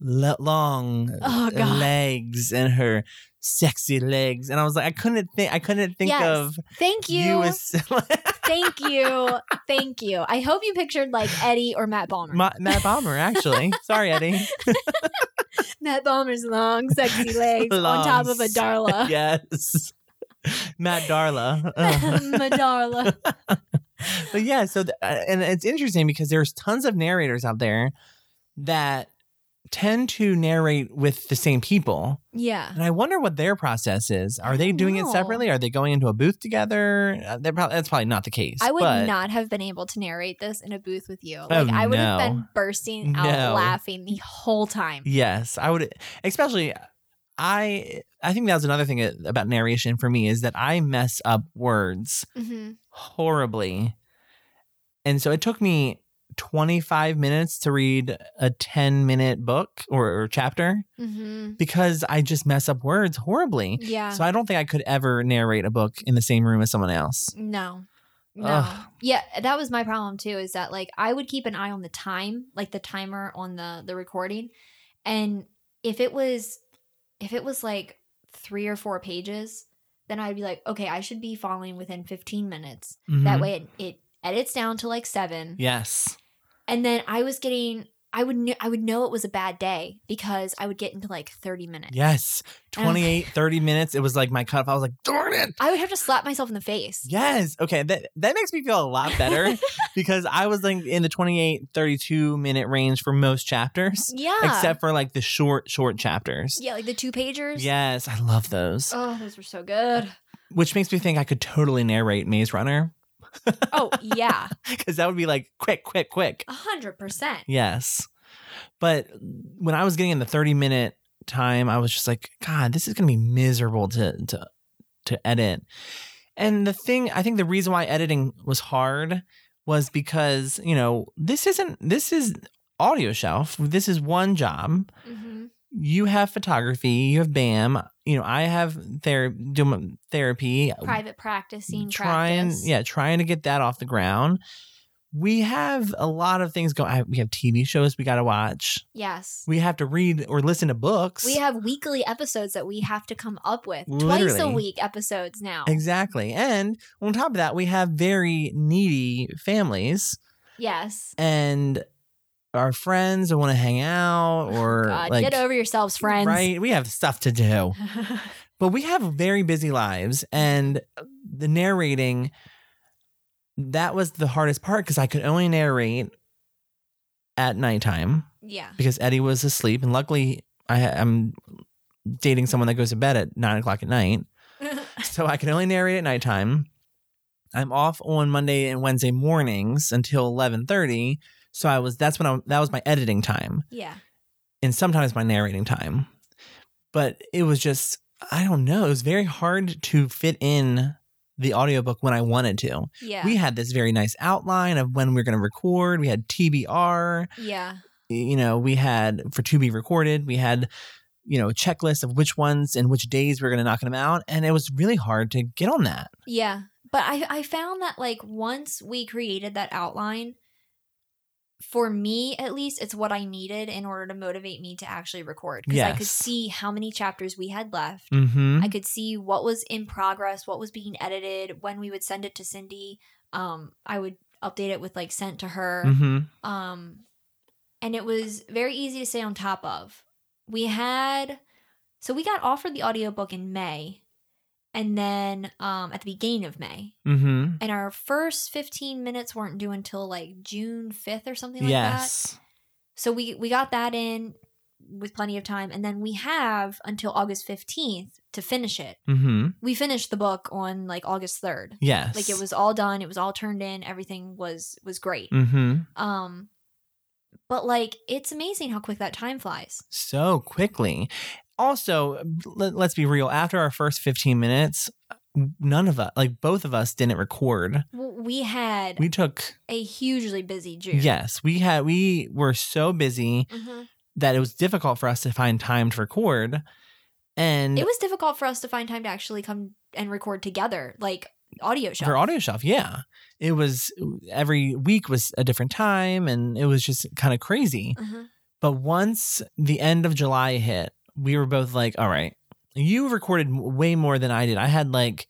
S1: le- long
S2: Oh, God.
S1: legs and her sexy legs. And I was like, I couldn't think I couldn't think
S2: Yes.
S1: of
S2: Thank you.
S1: you as
S2: Thank you. Thank you. I hope you pictured like Eddie or Matt Ballmer.
S1: Ma- Matt Bomber, actually. Sorry, Eddie.
S2: Matt Ballmer's long, sexy legs
S1: Long,
S2: on top of a Darla.
S1: yes. Matt Darla.
S2: Madarla.
S1: but yeah, so th- uh, and it's interesting because there's tons of narrators out there that tend to narrate with the same people.
S2: Yeah.
S1: And I wonder what their process is. Are
S2: I
S1: they
S2: don't
S1: doing
S2: know.
S1: it separately? Are they going into a booth together? Uh, they're prob- that's probably not the case.
S2: I would
S1: but Oh,
S2: not have been able to narrate this in a booth with you. Like I would have
S1: no.
S2: been bursting out
S1: No.
S2: laughing the whole time.
S1: Yes, I would especially I I think that was another thing uh, about narration for me is that I mess up words
S2: hmm
S1: horribly. And so it took me 25 minutes to read a 10 minute book or, or chapter
S2: hmm
S1: because I just mess up words horribly.
S2: Yeah.
S1: So I don't think I could ever narrate a book in the same room as someone else.
S2: no. No.
S1: Ugh.
S2: Yeah, that was my problem too is that like I would keep an eye on the time, like the timer on the the recording. And if it was if it was like 3 or 4 pages, then I'd be like, "Okay, I should be following within 15 minutes." That
S1: Mhm.
S2: way it, it edits down to like 7.
S1: Yes.
S2: and then I was getting I would kn- I would know it was a bad day because I would get into like 30 minutes.
S1: Yes.
S2: And I was like-
S1: 28, 30 minutes. It was like my cutoff. I was like, darn it.
S2: I would have to slap myself in the face.
S1: Yes. Okay. That that makes me feel a lot better because I was like in the 28, 32 minute range for most chapters,
S2: Yeah.
S1: except for like the short, short chapters.
S2: yeah, like the two pagers.
S1: Yes, I love those.
S2: Oh, those were so good.
S1: Which makes me think I could totally narrate Maze Runner
S2: Oh, yeah.
S1: because that would be like quick, quick, quick.
S2: A 100%.
S1: Yes. But when I was getting in the 30 minute time, I was just like, God, this is going to be miserable to, to, to edit. And the thing, I think the reason why editing was hard was because, you know, this isn't, this is audio shelf. This is one job.
S2: Mhm.
S1: you have photography, you have BAM, you know, I have ther- do my therapy,
S2: Private practicing
S1: trying,
S2: practice.
S1: yeah, trying to get that off the ground. We have a lot of things going. We have TV shows we got to watch.
S2: Yes.
S1: We have to read or listen to books.
S2: We have weekly episodes that we have to come up with. Twice a
S1: Literally.
S2: week episodes now.
S1: exactly, and on top of that, we have very needy families
S2: yes.
S1: and our friends who want to hang out or
S2: Oh, God,
S1: like
S2: get over yourselves, friends.
S1: right. We have stuff to do. but we have very busy lives and the narrating that was the hardest part because i could only narrate at nighttime
S2: yeah.
S1: because eddie was asleep and luckily I, i'm dating someone that goes to bed at 9 o'clock at night so i can only narrate at nighttime i'm off on monday and wednesday mornings until 11.30 so i was that's when i that was my editing time
S2: yeah.
S1: and sometimes my narrating time. But it was just, I don't know, it was very hard to fit in the audiobook when I wanted to.
S2: Yeah.
S1: We had this very nice outline of when we were going to record. We had TBR,
S2: yeah.
S1: you know, we had for to be recorded, we had, you know, a checklist of which ones and which days we were going to knock them out. And it was really hard to get on that.
S2: Yeah. But I, I found that like once we created that outline, for me at least, it's what I needed in order to motivate me to actually record. Because I could
S1: Yes.
S2: see how many chapters we had left.
S1: Mm hmm.
S2: I could see what was in progress, what was being edited, when we would send it to Cindy. Um, I would update it with like sent to her.
S1: Mm-hmm.
S2: Um, and it was very easy to stay on top of. We had, so we got offered the audiobook in May and then um, at the beginning of May.
S1: Mm-hmm.
S2: And our first 15 minutes weren't due until like June 5th or something like that.
S1: yes.
S2: So we, we got that in with plenty of time. And then we have until August 15th to finish it.
S1: Mm-hmm.
S2: We finished the book on like August 3rd.
S1: Yes.
S2: Like it was all done, it was all turned in, everything was was great.
S1: Mm-hmm.
S2: Um, but like it's amazing how quick that time flies.
S1: so quickly. Also, let, us be real. After our first 15 minutes, none of us, like both of us, didn't record.
S2: W- We had
S1: We took,
S2: a hugely busy June.
S1: yes, we had, we were so busy
S2: Mhm.
S1: that it was difficult for us to find time to record. And
S2: It was difficult for us to find time to actually come and record together, like audio show.
S1: for audio shelf, yeah, it was every week was a different time, and it was just kind of crazy.
S2: Mhm.
S1: But once the end of July hit, we were both like, all right, you recorded m- way more than I did. I had like,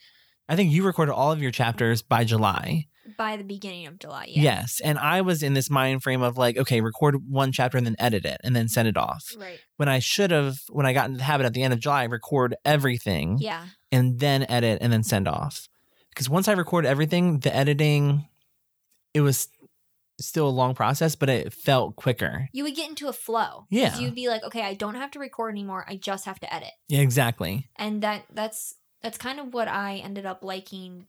S1: I think you recorded all of your chapters by July.
S2: By the beginning of July. Yeah.
S1: Yes. And I was in this mind frame of like, okay, record one chapter and then edit it and then send it off.
S2: Right.
S1: When I should have, when I got into the habit at the end of July, record everything
S2: Yeah.
S1: and then edit and then send off. Because once I recorded everything, the editing, it was still a long process, but it felt quicker.
S2: You would get into a flow. 'Cause
S1: Yeah.
S2: You'd be like, okay, I don't have to record anymore. I just have to edit.
S1: Yeah, exactly.
S2: And that that's that's kind of what I ended up liking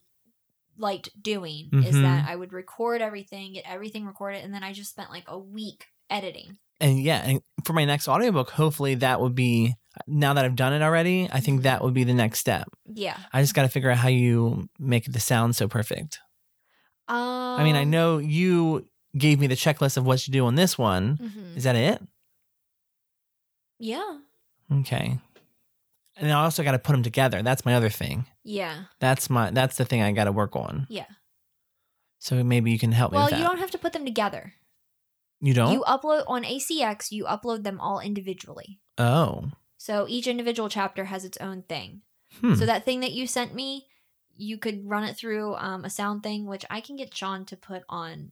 S2: liked doing is
S1: Mhm.
S2: that I would record everything, get everything recorded, and then I just spent like a week editing.
S1: and yeah and for my next audiobook hopefully that would be now that i've done it already i think that would be the next step
S2: Yeah.
S1: i just got to figure out how you make the sound so perfect
S2: Um,
S1: i mean i know you gave me the checklist of what to do on this one
S2: mhm.
S1: is that it
S2: Yeah.
S1: okay and i also got to put them together that's my other thing
S2: Yeah.
S1: that's my that's the thing i got to work on
S2: Yeah.
S1: so maybe you can help me
S2: Well,
S1: with that
S2: you don't have to put them together.
S1: you don't
S2: You upload on ACX, you upload them all individually.
S1: oh
S2: So each individual chapter has its own thing.
S1: hmm.
S2: So that thing that you sent me, you could run it through um, a sound thing, which I can get Sean to put on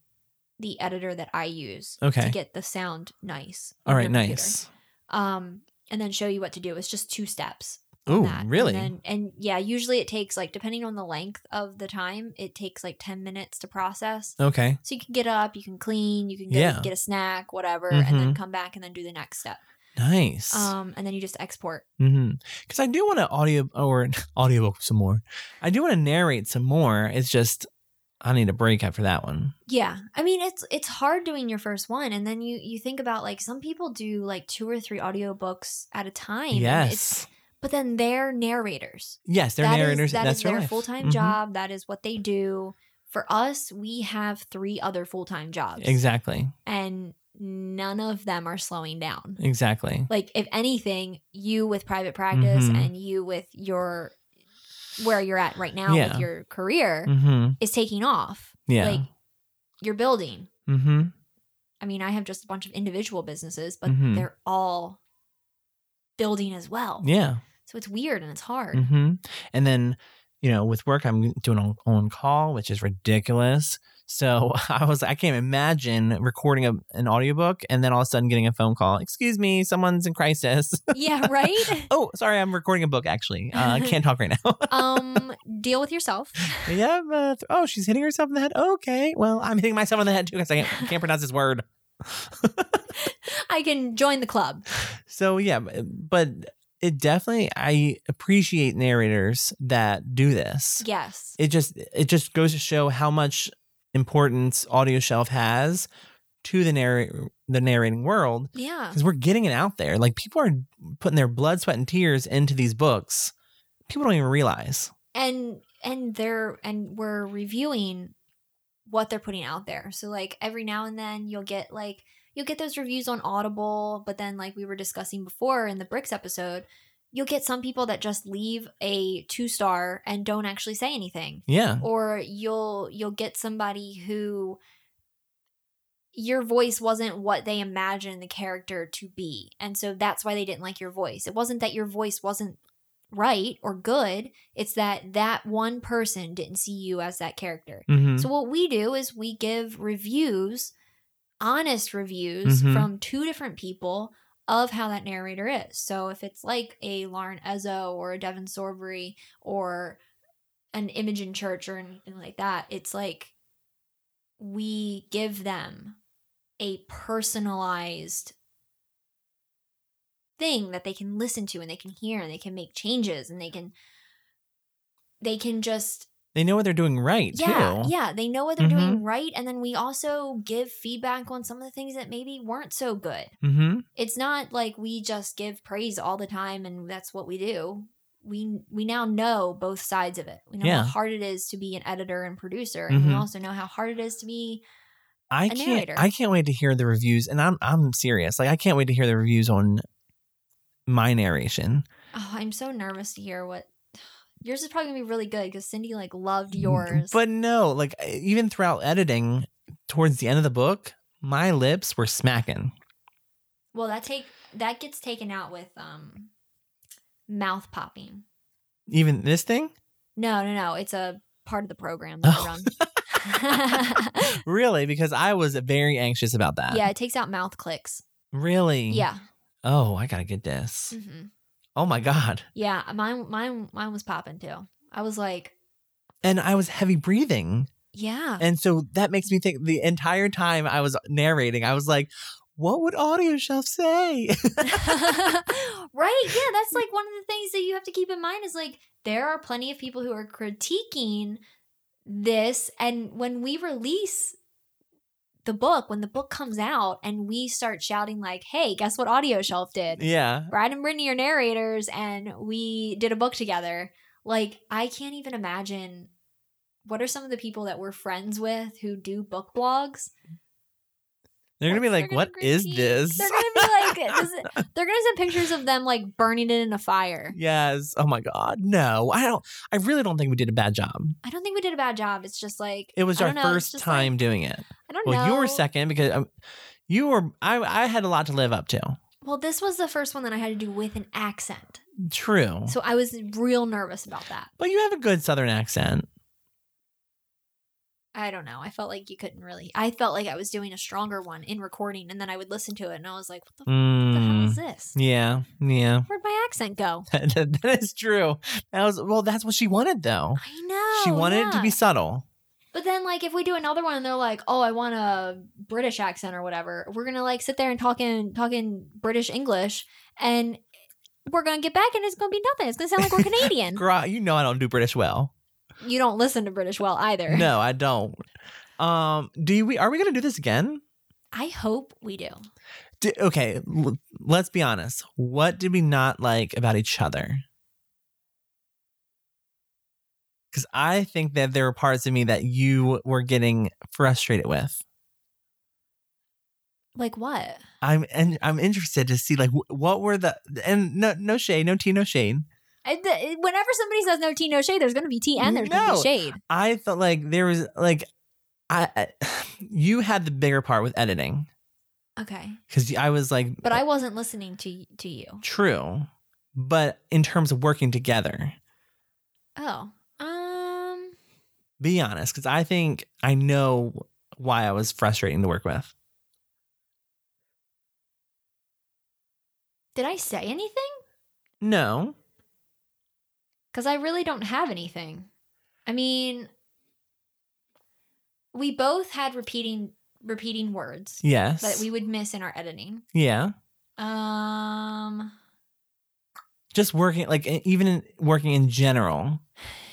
S2: the editor that I use
S1: Okay.
S2: to get the sound nice. on
S1: all right
S2: your computer.
S1: nice
S2: Um, and then show you what to do. It's just two steps. on
S1: oh
S2: that. And
S1: really
S2: then- and yeah, usually it takes like depending on the length of the time, it takes like ten minutes to process.
S1: okay
S2: So you can get up, you can clean, you can get,
S1: Yeah. Mm-hmm.
S2: get a snack, whatever, and then come back and then do the next step.
S1: nice
S2: Um, and then you just export.
S1: Mm-hmm. Because I do want to audio or audiobook some more. I do want to narrate some more. It's just I need a break after that one.
S2: Yeah, I mean it's it's hard doing your first one, and then you you think about like some people do like two or three audiobooks at a time. and it's,
S1: yes,
S2: but then they're narrators.
S1: yes, they're
S2: That is-
S1: narrators.
S2: that
S1: that's
S2: is
S1: their,
S2: their
S1: life.
S2: full time
S1: Mhm.
S2: job. That is what they do. For us, we have three other full time jobs,
S1: Exactly,
S2: and none of them are slowing down.
S1: exactly.
S2: like if anything you with private practice
S1: Mhm.
S2: and you with your where you're at right now
S1: Yeah.
S2: with your career
S1: Mm-hmm.
S2: is taking off
S1: Yeah.
S2: like you're building
S1: mm-hmm.
S2: i mean i have just a bunch of individual businesses but
S1: Mhm.
S2: they're all building as well
S1: Yeah.
S2: so it's weird and it's hard
S1: Mm-hmm. And then you know, with work, I'm doing on, on call, which is ridiculous. So I was, I can't imagine recording a, an audiobook and then all of a sudden getting a phone call. Excuse me, someone's in crisis.
S2: yeah right
S1: oh, sorry, I'm recording a book actually. Uh, can't talk right now.
S2: um deal with yourself
S1: yeah, but oh, she's hitting herself in the head. Okay, well, I'm hitting myself in the head too because I can't, can't pronounce this word.
S2: i can join the club
S1: So yeah, b- but it definitely I appreciate narrators that do this.
S2: yes
S1: It just it just goes to show how much importance Audio Shelf has to the narr- the narrating world
S2: yeah
S1: because we're getting it out there. Like people are putting their blood, sweat, and tears into these books. People don't even realize.
S2: and and they're and we're reviewing what they're putting out there so like every now and then you'll get like you'll get those reviews on audible but then like we were discussing before in the bricks episode you'll get some people that just leave a two star and don't actually say anything
S1: Yeah.
S2: or you'll you'll get somebody who your voice wasn't what they imagined the character to be and so that's why they didn't like your voice it wasn't that your voice wasn't right or good. It's that that one person didn't see you as that character.
S1: Mm-hmm.
S2: So what we do is we give reviews, honest reviews
S1: Mhm.
S2: from two different people of how that narrator is. So if it's like a Lauren Ezzo or a Devin Sorbury or an Imogen Church or anything like that, it's like we give them a personalized thing that they can listen to and they can hear and they can make changes and they can they can just
S1: they know what they're doing right
S2: yeah,
S1: too. Mm-hmm.
S2: yeah, they know what they're doing right, and then we also give feedback on some of the things that maybe weren't so good.
S1: Mm-hmm.
S2: It's not like we just give praise all the time and that's what we do. We we now know both sides of it. We know
S1: Yeah.
S2: how hard it is to be an editor and producer, and we
S1: Mhm.
S2: also know how hard it is to be.
S1: I can't.
S2: narrator.
S1: I can't wait to hear the reviews, and I'm I'm serious. Like I can't wait to hear the reviews on my narration.
S2: Oh, I'm so nervous to hear what yours is probably gonna be really good because Cindy like loved yours.
S1: Mm, But no, like e, even throughout editing, towards the end of the book, my lips were smacking.
S2: well, that take that gets taken out with um mouth popping.
S1: Even this thing,
S2: No, no, no. It's a part of the program that
S1: Oh.
S2: I run.
S1: really, because I was very anxious about that.
S2: yeah, it takes out mouth clicks.
S1: Really.
S2: Yeah.
S1: Oh, I gotta get this.
S2: hmm
S1: Oh my god.
S2: Yeah. Mine mine mine was popping too. I was like,
S1: And I was heavy breathing,
S2: yeah.
S1: and so that makes me think. The entire time I was narrating, I was like, "What would Audio Shelf say?"
S2: right? Yeah, that's like one of the things that you have to keep in mind is like there are plenty of people who are critiquing this and when we release the book, when the book comes out and we start shouting like, "Hey, guess what Audio Shelf did?"
S1: yeah.
S2: Brad and Brittany are narrators, and we did a book together. Like, I can't even imagine what are some of the people that we're friends with who do book blogs.
S1: They're gonna be like,
S2: "What
S1: "What is this?"
S2: They're gonna be like, this is- they're gonna send pictures of them like burning it in a fire.
S1: Yes. Oh my God. No, I don't. I really don't think we did a bad job.
S2: I don't think we did a bad job. It's just like
S1: It was our
S2: I don't know, it's
S1: first
S2: just
S1: time
S2: Like,
S1: doing it.
S2: I don't
S1: Well,
S2: know.
S1: you were second because um, you were. I I had a lot to live up to.
S2: Well, this was the first one that I had to do with an accent,
S1: True.
S2: so I was real nervous about that.
S1: but you have a good Southern accent.
S2: I don't know. I felt like you couldn't really. I felt like I was doing a stronger one in recording, and then I would listen to it, and I was like, "What the the hell
S1: Mm,
S2: is this?
S1: yeah. Yeah.
S2: Where'd my accent go?
S1: that is true. That was well. That's what she wanted though.
S2: I know.
S1: she wanted it to be
S2: Oh, yeah.
S1: subtle.
S2: But then, like, if we do another one and they're like, "Oh, I want a British accent or whatever," we're gonna like sit there and talk in talking British English, and we're gonna get back, and it's gonna be nothing. It's gonna sound like we're Canadian.
S1: Girl, you know I don't do British well.
S2: you don't listen to British well either.
S1: No, I don't. Um, do we? Are we gonna do this again?
S2: I hope we do.
S1: D okay, l- let's be honest. What did we not like about each other? Because I think that there were parts of me that you were getting frustrated with.
S2: Like what?
S1: I'm and I'm interested to see like wh- what were the and no no shade, no tea, no shade.
S2: I, th- whenever somebody says no tea, no shade, there's gonna be tea and there's gonna
S1: No.
S2: be shade.
S1: I felt like there was like I, I you had the bigger part with editing
S2: Okay,
S1: because I was like,
S2: but I wasn't listening to y- to you.
S1: true, but in terms of working together,
S2: Oh, um.
S1: be honest because i think i know why i was frustrating to work with
S2: Did I say anything?
S1: no
S2: Because I really don't have anything. I mean, we both had repeating repeating words
S1: yes
S2: that we would miss in our editing.
S1: yeah
S2: Um,
S1: just working like e- even in, working in general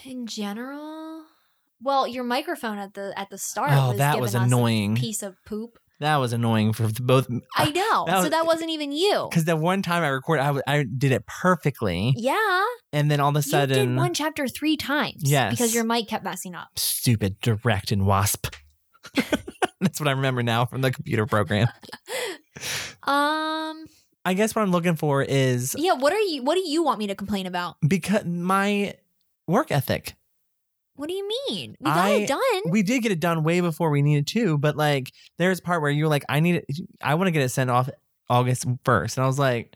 S2: in general, well, your microphone at the at the start.
S1: oh
S2: was
S1: that
S2: giving
S1: was
S2: us a
S1: annoying
S2: Piece of poop.
S1: that was annoying for the both
S2: I know.
S1: that was-
S2: so that wasn't even you.
S1: because the one time i recorded I, w- I did it perfectly
S2: Yeah,
S1: and then all of a
S2: you
S1: sudden
S2: did one chapter three times.
S1: Yes.
S2: because your mic kept messing up.
S1: stupid direct and wasp that's what i remember now from the computer program
S2: Um,
S1: i guess what i'm looking for is
S2: yeah. What are you? What do you want me to complain about?
S1: because my work ethic
S2: What do you mean? We got
S1: I-
S2: it done.
S1: we did get it done way before we needed to, but like there's a part where you were like, I need it, I want to get it sent off August 1st. And I was like,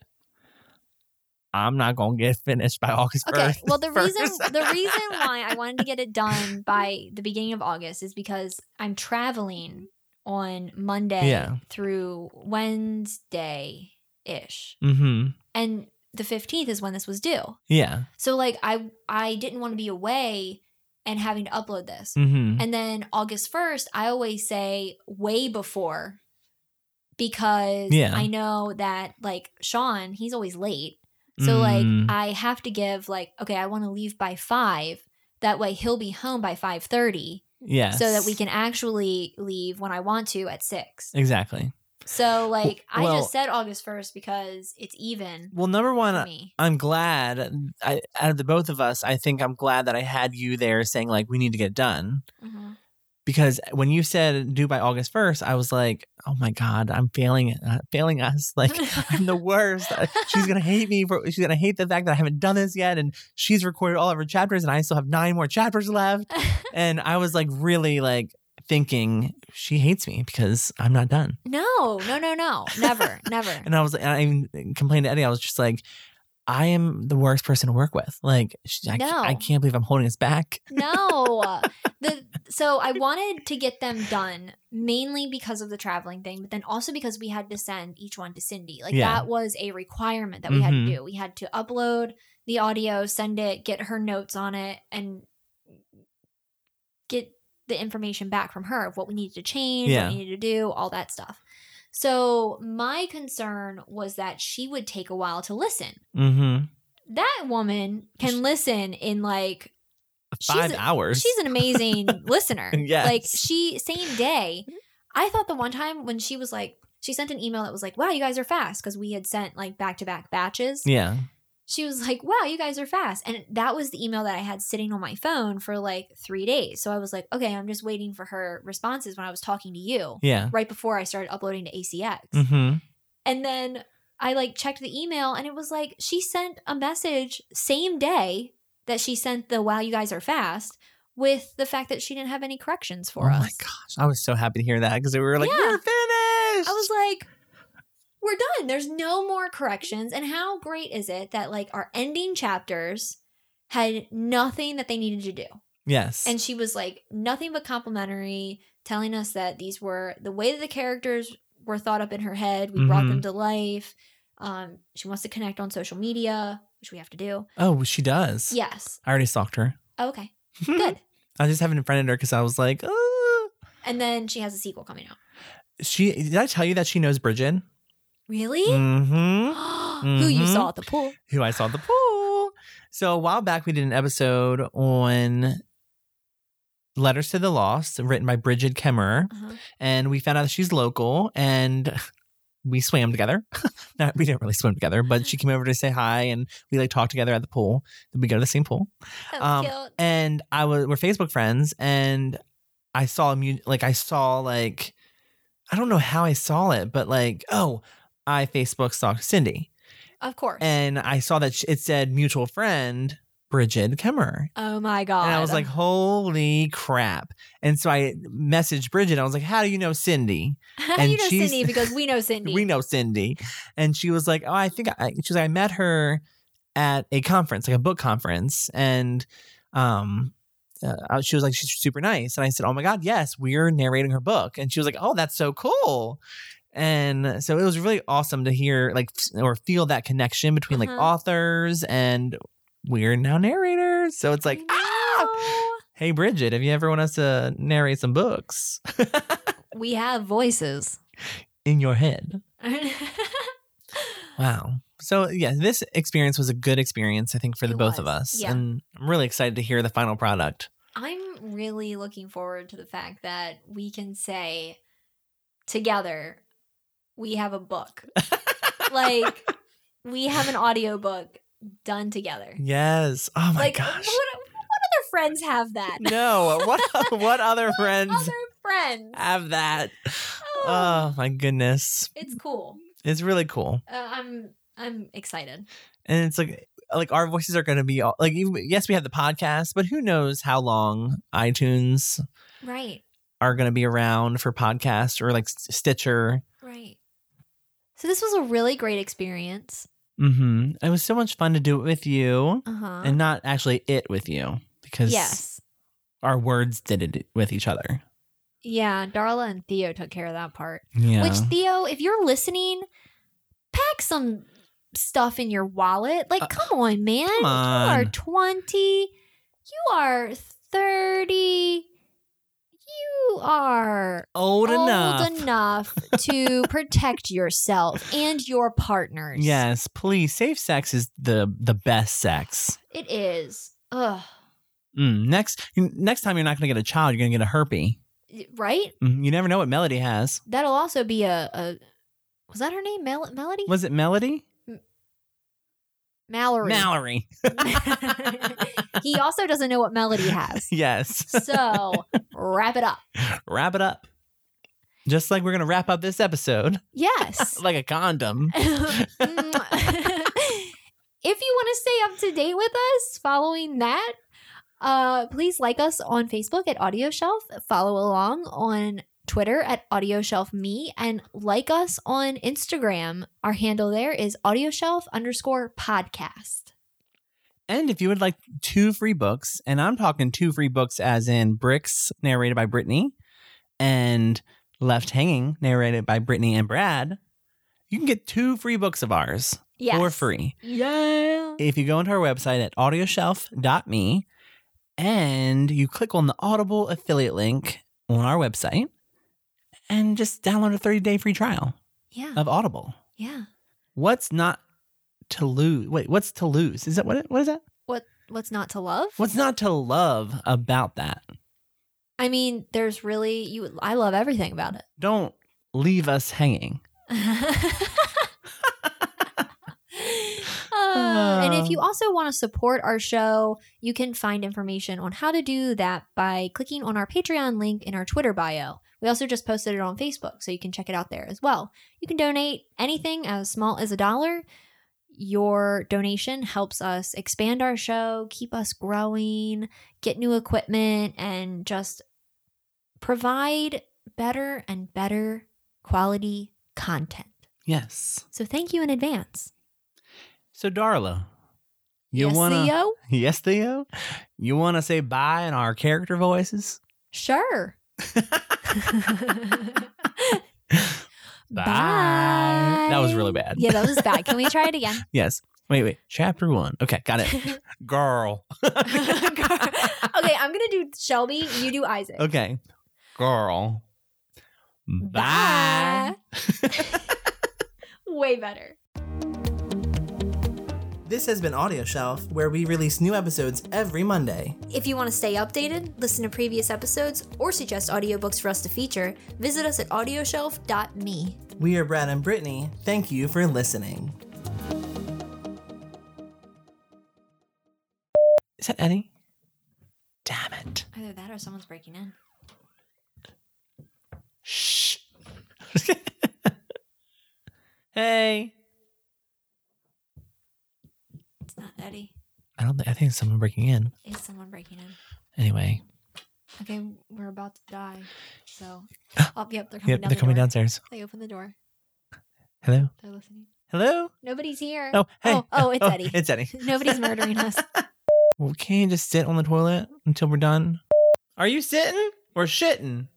S1: I'm not gonna get finished by August
S2: Okay.
S1: 1st.
S2: Well, the
S1: first.
S2: reason the reason why I wanted to get it done by the beginning of August is because I'm traveling on Monday
S1: Yeah.
S2: through Wednesday ish,
S1: mm-hmm.
S2: and the 15th is when this was due.
S1: Yeah.
S2: So like I I didn't want to be away and having to upload this.
S1: Mm-hmm.
S2: And then August 1st, I always say way before because
S1: Yeah.
S2: I know that like Sean, he's always late. So
S1: Mm.
S2: like I have to give like okay, I want to leave by 5. That way he'll be home by 5:30
S1: Yeah.
S2: so that we can actually leave when I want to at 6.
S1: Exactly.
S2: So like I
S1: well-
S2: just said August 1st because it's even
S1: Well, number
S2: for
S1: one,
S2: me.
S1: I'm glad I, out of the both of us, I think I'm glad that I had you there saying like we need to get done.
S2: Mhm.
S1: Because when you said due by August 1st, I was like, oh my God, I'm failing, uh, failing us. Like, I'm the worst. Uh, She's going to hate me. For, she's going to hate the fact that I haven't done this yet. And she's recorded all of her chapters and I still have nine more chapters left. And I was like, really like thinking she hates me because I'm not done.
S2: No, no, no, no. Never, never.
S1: And I was, and I even complained to Eddie. I was just like, I am the worst person to work with. Like, sh- I,
S2: No.
S1: I can't believe I'm holding us back.
S2: No. the so I wanted to get them done mainly because of the traveling thing, but then also because we had to send each one to Cindy. Like
S1: Yeah.
S2: that was a requirement that we had to
S1: Mhm.
S2: do. We had to upload the audio, send it, get her notes on it, and get the information back from her of what we needed to change,
S1: Yeah.
S2: what we needed to do, all that stuff. So my concern was that she would take a while to listen.
S1: Mm-hmm.
S2: That woman can listen in like She's
S1: Five
S2: a-
S1: hours.
S2: She's an amazing listener.
S1: Yes.
S2: Like she same day. I thought the one time when she was like she sent an email that was like, "Wow, you guys are fast" because we had sent like back-to-back batches.
S1: yeah.
S2: She was like, "Wow, you guys are fast." And that was the email that I had sitting on my phone for like 3 days. So I was like, "Okay, I'm just waiting for her responses when I was talking to you
S1: Yeah.
S2: right before I started uploading to ACX."
S1: Mm-hmm.
S2: And then I like checked the email and it was like she sent a message same day that she sent the wow you guys are fast with the fact that she didn't have any corrections
S1: Oh
S2: for us.
S1: my gosh. I was so happy to hear that because we were like,
S2: Yeah.
S1: we're finished.
S2: I was like we're done. There's no more corrections and how great is it that like our ending chapters had nothing that they needed to do.
S1: yes.
S2: And she was like nothing but complimentary, telling us that these were the way that the characters were thought up in her head. We brought
S1: Mm-hmm.
S2: them to life. Um, she wants to connect on social media, which we have to do.
S1: oh, she does.
S2: Yes.
S1: I already stalked her.
S2: Oh, okay. Good.
S1: I just haven't friended her because I was like, oh.
S2: And then she has a sequel coming out.
S1: She did I tell you that she knows Bridget?
S2: Really?
S1: Mm-hmm.
S2: Who you
S1: Mhm.
S2: saw at the pool.
S1: who I saw at the pool. So a while back, we did an episode on Letters to the Lost, written by Bridget Kemmerer,
S2: Uh-huh.
S1: and we found out that she's local, and we swam together. Not, we didn't really swim together, but she came over to say hi, and we like talked together at the pool. Then we go to the same pool,
S2: That was
S1: Um,
S2: cute.
S1: and I was we're Facebook friends, and I saw a mu- like I saw like I don't know how I saw it, but like oh, I Facebook stalked Cindy
S2: Of course.
S1: and I saw that sh- it said mutual friend Bridget Kemmerer.
S2: oh my god.
S1: And I was like, holy crap. And so I messaged Bridget. I was like, how do you know Cindy?
S2: How do
S1: and
S2: you know
S1: she's-
S2: Cindy? Because we know Cindy.
S1: We know Cindy. And she was like, oh, I think I, she was like, I met her at a conference, like a book conference. And um, uh, I- she was like, she's super nice. And I said, oh my God, yes, we're narrating her book. And she was like, oh, that's so cool. And so it was really awesome to hear, like, f- or feel that connection between like
S2: Uh-huh.
S1: authors and we're now narrators. So it's like,
S2: I
S1: ah,
S2: know.
S1: hey, Bridget, if you ever want us to narrate some books
S2: We have voices.
S1: in your head. Wow. So yeah, this experience was a good experience, I think, for the
S2: It
S1: both of
S2: was,
S1: us.
S2: yeah.
S1: And I'm really excited to hear the final product.
S2: I'm really looking forward to the fact that we can say together we have a book. like we have an audiobook done together.
S1: Yes. Oh my
S2: like
S1: gosh.
S2: What, what other friends have that?
S1: No. What what other friends Uh,
S2: Other friends.
S1: have that?
S2: Oh,
S1: Oh my goodness.
S2: it's cool.
S1: It's really cool.
S2: Uh, I'm I'm excited.
S1: And it's like like our voices are going to be all like even, yes, we have the podcast, but who knows how long iTunes
S2: Right.
S1: are going to be around for podcasts or like Stitcher.
S2: Right. So this was a really great experience.
S1: hmm It was so much fun to do it with you
S2: Uh huh.
S1: and not actually it with you because
S2: Yes.
S1: our words did it with each other.
S2: Yeah. Darla and Theo took care of that part.
S1: Yeah.
S2: Which Theo, if you're listening, pack some stuff in your wallet. Like,
S1: Uh,
S2: come on, man.
S1: come
S2: You are
S1: on.
S2: 20. You are 30. You are
S1: old,
S2: old
S1: enough.
S2: enough to protect yourself and your partners.
S1: Yes, please. Safe sex is the the best sex.
S2: It is. Ugh.
S1: Mm, next next time you're not going to get a child, you're going to get a herpy.
S2: Right?
S1: Mm, you never know what Melody has.
S2: That'll also be a. a was that her name? Mel- Melody?
S1: Was it Melody?
S2: Mallory.
S1: Mallory.
S2: he also doesn't know what Melody has.
S1: yes.
S2: So wrap it up.
S1: wrap it up. Just like we're going to wrap up this episode
S2: Yes.
S1: like a condom.
S2: Mm. if you want to stay up to date with us following that, uh, please like us on Facebook at Audio Shelf, follow along on Twitter at Audio Shelf Me, and like us on Instagram. Our handle there is Audio Shelf underscore podcast.
S1: And if you would like two free books, and I'm talking two free books as in Bricks, narrated by Brittany, and Left Hanging, narrated by Brittany and Brad, you can get two free books of ours
S2: Yes.
S1: for free.
S2: Yeah.
S1: If you go into our website at audioshelf.me and you click on the Audible affiliate link on our website and just download a 30 day free trial
S2: Yeah.
S1: of Audible.
S2: Yeah.
S1: What's not to lose? Wait, what's to lose? Is that what? it- What is that?
S2: What's not to love?
S1: What's not to love about that?
S2: I mean, there's really you I love everything about it.
S1: Don't leave us hanging.
S2: Oh, Uh, and if
S1: Oh.
S2: you also want to support our show, you can find information on how to do that by clicking on our Patreon link in our Twitter bio. We also just posted it on Facebook, so you can check it out there as well. You can donate anything as small as a dollar. Your donation helps us expand our show, keep us growing, get new equipment, and just provide better and better quality content.
S1: Yes.
S2: So thank you in advance.
S1: So, Darla, you
S2: Yes, E
S1: wanna?
S2: Theo?
S1: Yes, Theo. You wanna say bye in our character voices?
S2: Sure.
S1: Bye.
S2: Bye.
S1: That was really bad.
S2: Yeah, that was bad. Can we try it again?
S1: Yes. Wait, wait. Chapter one. Okay, got it. Girl.
S2: okay, I'm gonna do Shelby. You do Isaac.
S1: Okay. Girl. Bye.
S2: Way better.
S1: This has been Audio Shelf, where we release new episodes every Monday.
S2: If you want to stay updated, listen to previous episodes, or suggest audiobooks for us to feature, visit us at audioshelf.me.
S1: We are Brad and Brittany. Thank you for listening. Is that Eddie? Damn it.
S2: Either that or someone's breaking in.
S1: Shh. hey.
S2: It's not Eddie.
S1: I don't think I think someone breaking in.
S2: It's someone breaking in.
S1: Anyway.
S2: Okay, we're about to die. So, oh, yep, they're coming
S1: Yep, they're
S2: down. the
S1: coming
S2: door.
S1: downstairs.
S2: They open the door.
S1: Hello?
S2: They're listening.
S1: Hello?
S2: Nobody's here.
S1: Oh, hey.
S2: Oh, oh, it's Eddie.
S1: It's Eddie.
S2: Nobody's murdering us.
S1: Well, can't you just sit on the toilet until we're done? Are you sitting or shitting?